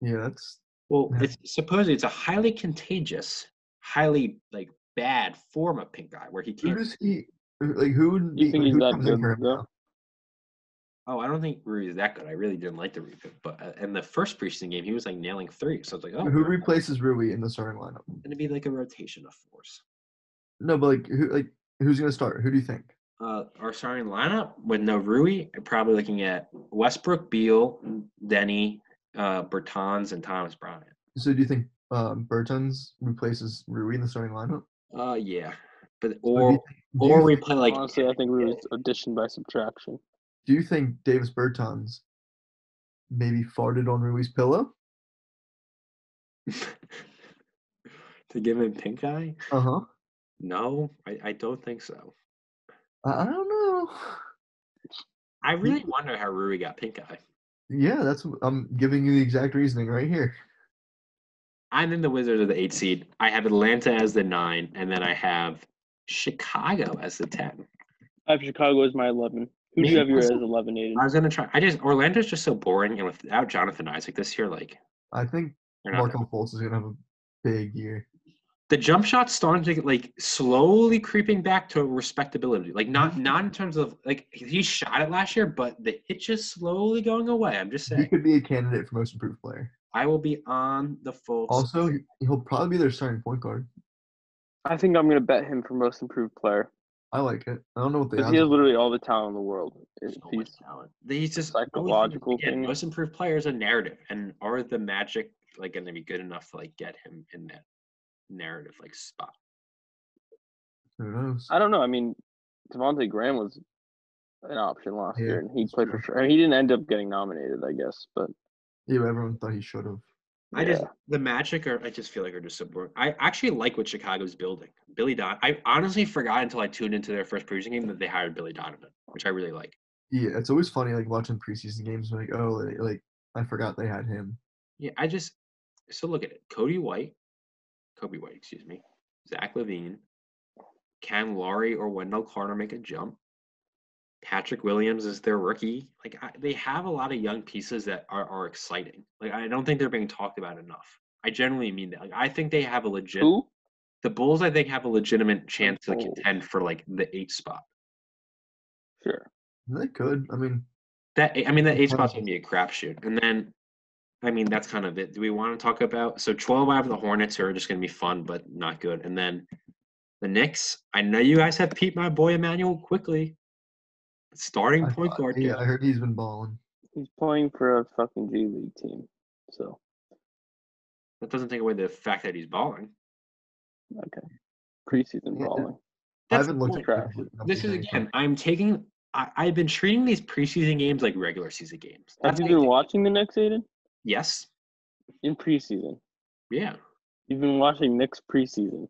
Yeah, that's
Well,
Yeah.
it's supposedly it's a highly contagious, highly like bad form of pink eye where he
who
can't.
does he who- like who would be
You think
like,
he's
who
that
comes in
good,
for him
though?
now?
Oh, I don't think Rui is that good. I really didn't like the repick, but uh, in the first preseason game, he was like nailing three. So I was like, oh,
Who
going
replaces Rui in the starting lineup?
to be like a rotation of force.
No, but like who like who's gonna start? Who do you think?
uh, our starting lineup with no Rui, probably looking at Westbrook, Beal, Denny, uh, Bertans, and Thomas Bryant.
So do you think um, Burton's replaces Rui in the starting lineup?
Uh, yeah, but
do
or
you Do you,
or we play like
Honestly, I think we was addition by subtraction.
do you think Davis Burton's maybe farted on Rui's pillow?
to give him pink eye.
Uh
Uh-huh.
huh.
No, I, I don't think so.
I, I don't know.
I really wonder how Rui got pink eye.
Yeah, that's what- I'm giving you the exact reasoning right here.
I'm in the Wizards of the eight seed. I have Atlanta as the nine, and then I have Chicago as the ten.
I have Chicago as my eleven. Who do
Me
you have your as
also.
eleven, Aiden?
I was gonna try. I just Orlando's just so boring, and without Jonathan Isaac this year, like
I think
they're not
Marco Fultz is gonna have a big year.
the jump shot's starting to get like slowly creeping back to respectability. Like not not in terms of like he shot it last year, but the hitch is slowly going away. I'm just
He
saying.
could be a candidate for most improved player.
I will be on the full.
Also, he- he'll probably be their starting point guard.
I think I'm gonna bet him for most improved player
I like it. I don't know what the
because
odds
he has
are.
literally all the talent in the world. If
so much
he's-
talent. He's just
psychological
Again,
thing.
most improved player is a narrative, and are the Magic like going to be good enough to like get him in that narrative like spot?
Who knows?
I don't know. I mean, Devontae Graham was an option last
Yeah,
year, and he
that's
played for sure. I mean, he didn't end up getting nominated, I guess, but
Yeah, but everyone thought he should have.
I just
yeah.
the Magic are I just feel like are just so boring. I actually like what Chicago's building. Billy Don. I honestly forgot until I tuned into their first preseason game that they hired Billy Donovan, which I really like.
Yeah, it's always funny like watching preseason games. and, Like, oh, they, like I forgot they had him.
Yeah, I just so look at it. Cody White, Kobe White, excuse me, Zach Levine, can Laurie or Wendell Carter make a jump? Patrick Williams is their rookie. Like I, they have a lot of young pieces that are, are exciting. Like I don't think they're being talked about enough. I generally mean that. Like I think they have a legit.
Who?
The Bulls, I think, have a legitimate chance to
Bulls.
contend for like the eight spot.
Sure.
They could. I mean,
That I mean, that eight spot's
Depends.
gonna be a crapshoot. And then, I mean, that's kind of it. Do we want to talk about so twelve out of the Hornets are just gonna be fun but not good. And then the Knicks. I know you guys have peeped my boy Emmanuel quickly. Starting
I
point
thought-
guard.
yeah,
dude.
I heard he's been balling.
He's playing for a fucking G League team. So
That doesn't take away the fact that he's balling.
okay. Preseason
Yeah.
balling.
I
That's
haven't
the
looked.
point.
at crap.
him up
This is
in any
again.
time.
I'm taking. I, I've been treating these preseason games like regular season games.
Have
That's
you
how I
been
think-
watching the next Aiden?
Yes.
In preseason.
Yeah.
You've been watching Knicks preseason.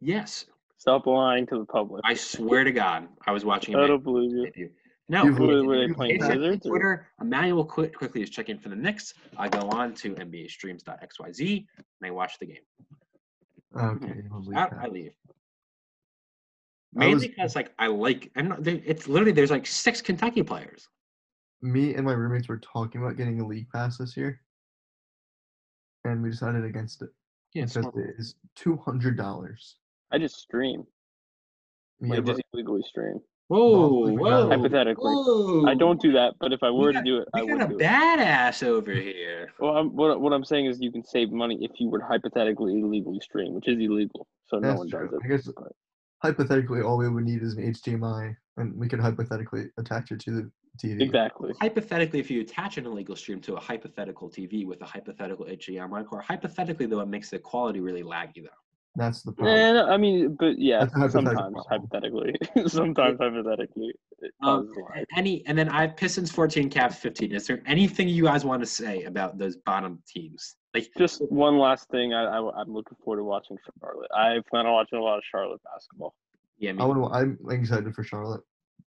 Yes.
Stop lying to the public.
I swear to God, I was watching.
I
Emmanuel
don't believe you.
Quickly. No.
You've
Who
looked-
were- were they
you've
playing?
looked at-
Wizards or-
Twitter, Emmanuel Qu- quickly is checking for the Knicks. I go on to NBAstreams.xyz and I watch the game.
Okay, I'll leave
Out, Mm-hmm. I
that.
leave
I
mainly
was,
because like I like. I'm not. there- It's literally there's like six Kentucky players.
me and my roommates were talking about getting a league pass this year, and we decided against it
Yeah.
because it is two hundred dollars.
I just stream.
Yeah,
like,
but
just illegally stream.
Whoa,
Boston
whoa.
Bruins.
Hypothetically.
Oh. Whoa.
I don't do that, but if I
We
were
got-
to do it, I
We
would
got a
do it.
badass over here.
Well, I'm, what, what I'm saying is you can save money if you were to hypothetically illegally stream, which is illegal, so no
that's
one does
true. I
it.
guess
but-
hypothetically, all we would need is an HDMI, and we could hypothetically attach it to the TV.
Exactly.
Hypothetically, if you attach an illegal stream to a hypothetical TV with a hypothetical HDMI core, hypothetically though, it makes the quality really laggy though.
That's the problem.
Eh, no, I mean, but yeah,
That's a hypothetical
sometimes hypothetically,
problem.
sometimes hypothetically, it
Um,
causes lag.
Any and then I have Pistons 14, Caps 15. Is there anything you guys want to say about those bottom teams? Like
Just one last thing, I, I am looking forward to watching Charlotte. I plan on watching a lot of Charlotte basketball.
yeah, I mean,
I would, I'm excited for Charlotte.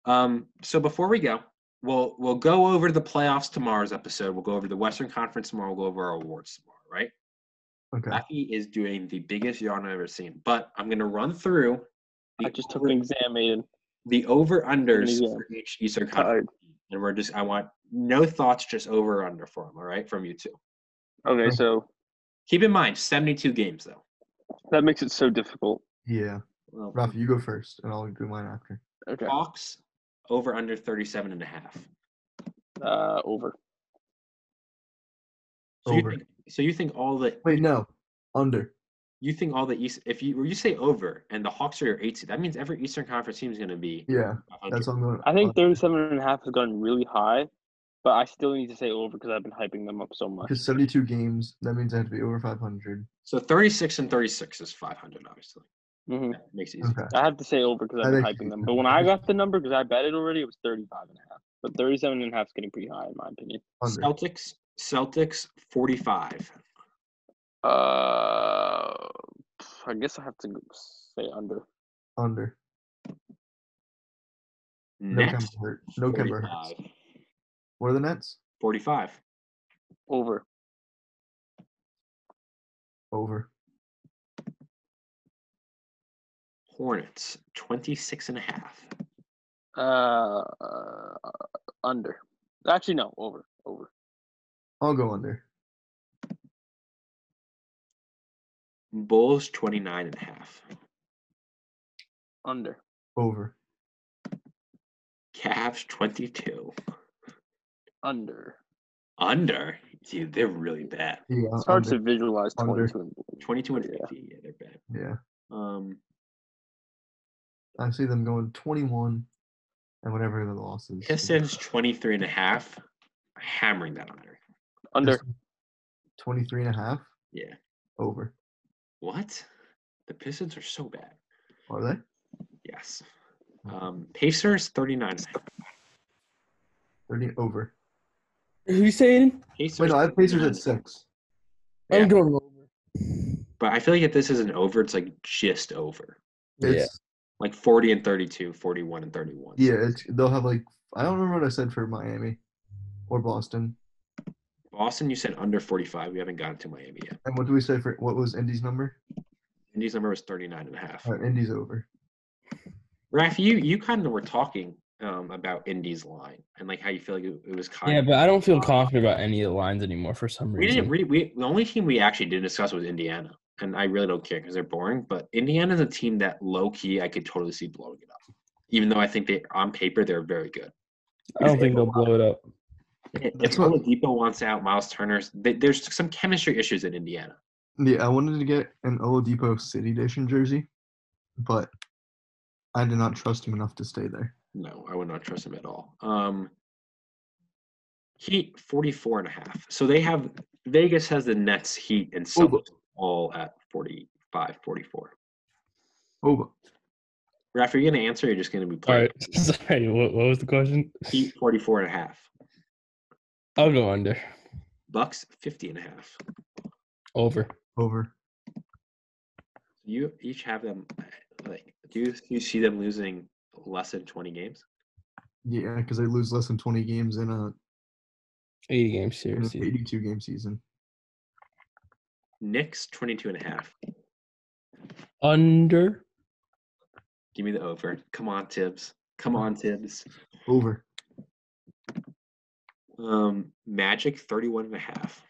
Um, so before we go, we'll we'll go over the playoffs tomorrow's episode. We'll go over the Western Conference tomorrow. We'll go over our awards tomorrow, right?
Okay.
Rafi is doing the biggest yarn I've ever seen, but I'm gonna run through the
I just took
over,
an exam, Aiden.
the over unders
Yeah.
for each Eastern Conference,
Tired.
team, and we're just I want no thoughts, just over or under for 'em, All right, from you two.
Okay,
Okay.
so
Keep in mind, 72 games though.
that makes it so difficult.
Yeah.
Well,
Rafa, you go first, and I'll do mine after.
Okay,
Hawks over under 37 and a half.
uh, over.
So you,
Over.
think, so you think all the
Wait, no. Under.
you think all the East if you when you say over and the Hawks are your eight seed, that means every Eastern Conference team is going to be.
Yeah.
500.
That's what I'm going.
I think
uh,
37 and a half has gone really high, but I still need to say over because I've been hyping them up so much.
because 72 games, that means I have to be over 500.
so thirty six and thirty six is five hundred, obviously.
hmm
That makes it easy.
Okay.
I have to say over because I've
That
been
makes
hyping them.
sense.
But when I got the number, because I bet it already, it was 35 and a half. But 37 and a half is getting pretty high in my opinion.
Under.
Celtics, Celtics forty five.
Uh, I guess I have to go- say under.
Under. No Kemba
Nets
Hurt. No Kemba Hurts. What are the Nets?
Forty five.
Over.
Over.
Hornets twenty six and a half.
Uh, uh, under. Actually, no, over. Over.
I'll go under.
Bulls twenty nine and a half.
Under.
Over.
Cavs twenty two.
Under.
Under. Dude, they're really bad.
Yeah.
It's hard
uh, under.
to visualize
Under.
22 and
Twenty two and
Yeah.
fifty. Yeah, they're bad.
Yeah.
Um,
I see them going 21 and whatever the loss is.
Pistons 23 and a half. Hammering that under.
under.
Pistons, 23 and a half.
Yeah.
Over.
What? The Pistons are so bad.
Are they?
Yes.
Mm-hmm.
Um, Pacers 39 and a half.
30 over.
Who you saying?
Pacers,
Wait, no, I have Pacers
39.
at six.
Yeah.
I'm going over.
But I feel like if this is an over, it's like just over.
It's,
Like 40 and 32, 41 and 31.
yeah. it's, they'll have like I don't remember what I said for Miami or Boston.
Boston, you said under 45. We haven't gotten to Miami yet.
And what do we say for what was Indy's number?
Indy's number was 39 and a half.
Uh, Indy's over.
Raf, you, you kind of were talking um, about Indy's line and like how you feel like it, it was uh, kind
Yeah,
of.
but I don't feel confident about any of the lines anymore for some
we didn't
reason.
really, we, the only team we actually didn't discuss was Indiana. And I really don't care because they're boring. But Indiana's a team that low key I could totally see blowing it up. Even though I think they on paper they're very good.
I don't think they'll blow it up.
If
That's what-
Oladipo wants out, Miles Turner's they, there's some chemistry issues in Indiana.
Yeah, I wanted to get an Oladipo City Edition jersey, but I did not trust him enough to stay there.
No, I would not trust him at all. Um, Heat 44 and a half. So they have Vegas has the Nets, Heat, and
Oh,
Suns
but-
all at 45, 44.
oh, but
Raph, are you going to answer? Or you're just going to be
All
playing
right. Sorry. What, what was the question?
Heat 44 and a half,
I'll go under.
Bucks 50 and a half.
Over.
over.
You each have them. uh, Like, do you, you see them losing less than 20 games?
Yeah, because they lose less than 20 games in a
Eighty game
in an
Mm-hmm.
series.
82 game season.
Knicks 22 and a half.
Under.
Give me the over. Come on, Tibbs. Come on, Tibbs.
Over.
Um, Magic 31 and a half.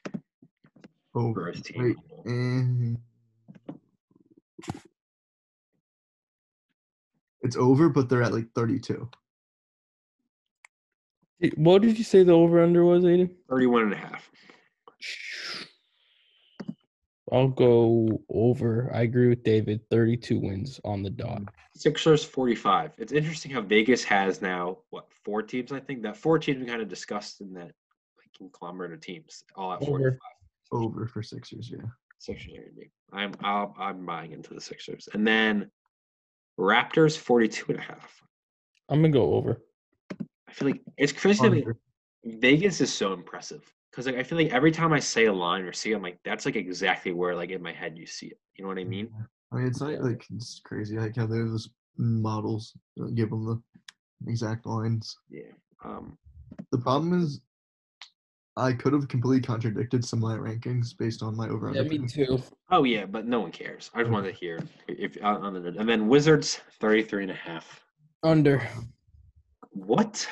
Over.
Gross team.
And it's over, but they're at like 32.
What did you say the over under was, Aiden?
31 and a half.
I'll go over. I agree with David. Thirty-two wins on the dot.
Sixers 45. It's interesting how Vegas has now what four teams, I think. That four teams we kind of discussed in that like conglomerate of teams all at
Over.
45.
Over for Sixers, yeah.
Sixers are gonna be. I'm I'll, I'm buying into the Sixers. And then Raptors 42 and a half.
I'm gonna go over.
I feel like it's crazy to me.
Under.
Vegas is so impressive because like I feel like every time I say a line or see, it, I'm like that's like exactly where like in my head you see it. You know what I mean?
I mean, it's not like it's crazy. Like how they have those models that give them the exact lines.
Yeah. Um,
The problem is, I could have completely contradicted some of my rankings based on my over under.
too.
oh yeah, but no one cares. I just wanted to hear if on on the and then Wizards 33 and a half.
Under.
What?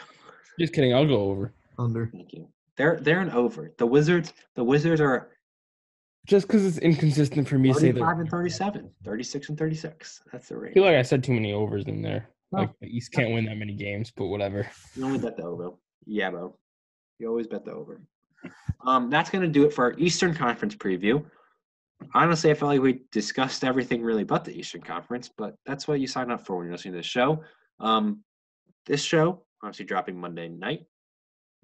Just kidding. I'll go over.
under.
Thank you. They're they're an over. The Wizards the Wizards are
Just because it's inconsistent for me to say
35
that.
and 37, 36 and 36. That's the
I
range.
feel like I said too many overs in there.
No.
Like the East can't win that many games, but whatever.
You only bet the over. Yeah, bro. You always bet the over. Um, that's gonna do it for our Eastern Conference preview. Honestly, I felt like we discussed everything really but the Eastern Conference, but that's what you sign up for when you're listening to this show. Um, this show obviously dropping Monday night.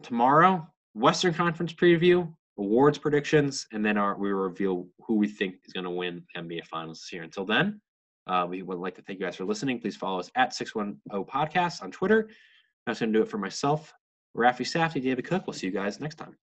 Tomorrow, Western Conference preview, awards predictions, and then our we will reveal who we think is gonna win NBA Finals this year. Until then, uh, we would like to thank you guys for listening. Please follow us at 610 Podcast on Twitter. That's going to do it for myself, Rafi Safty, David Cook. We'll see you guys next time.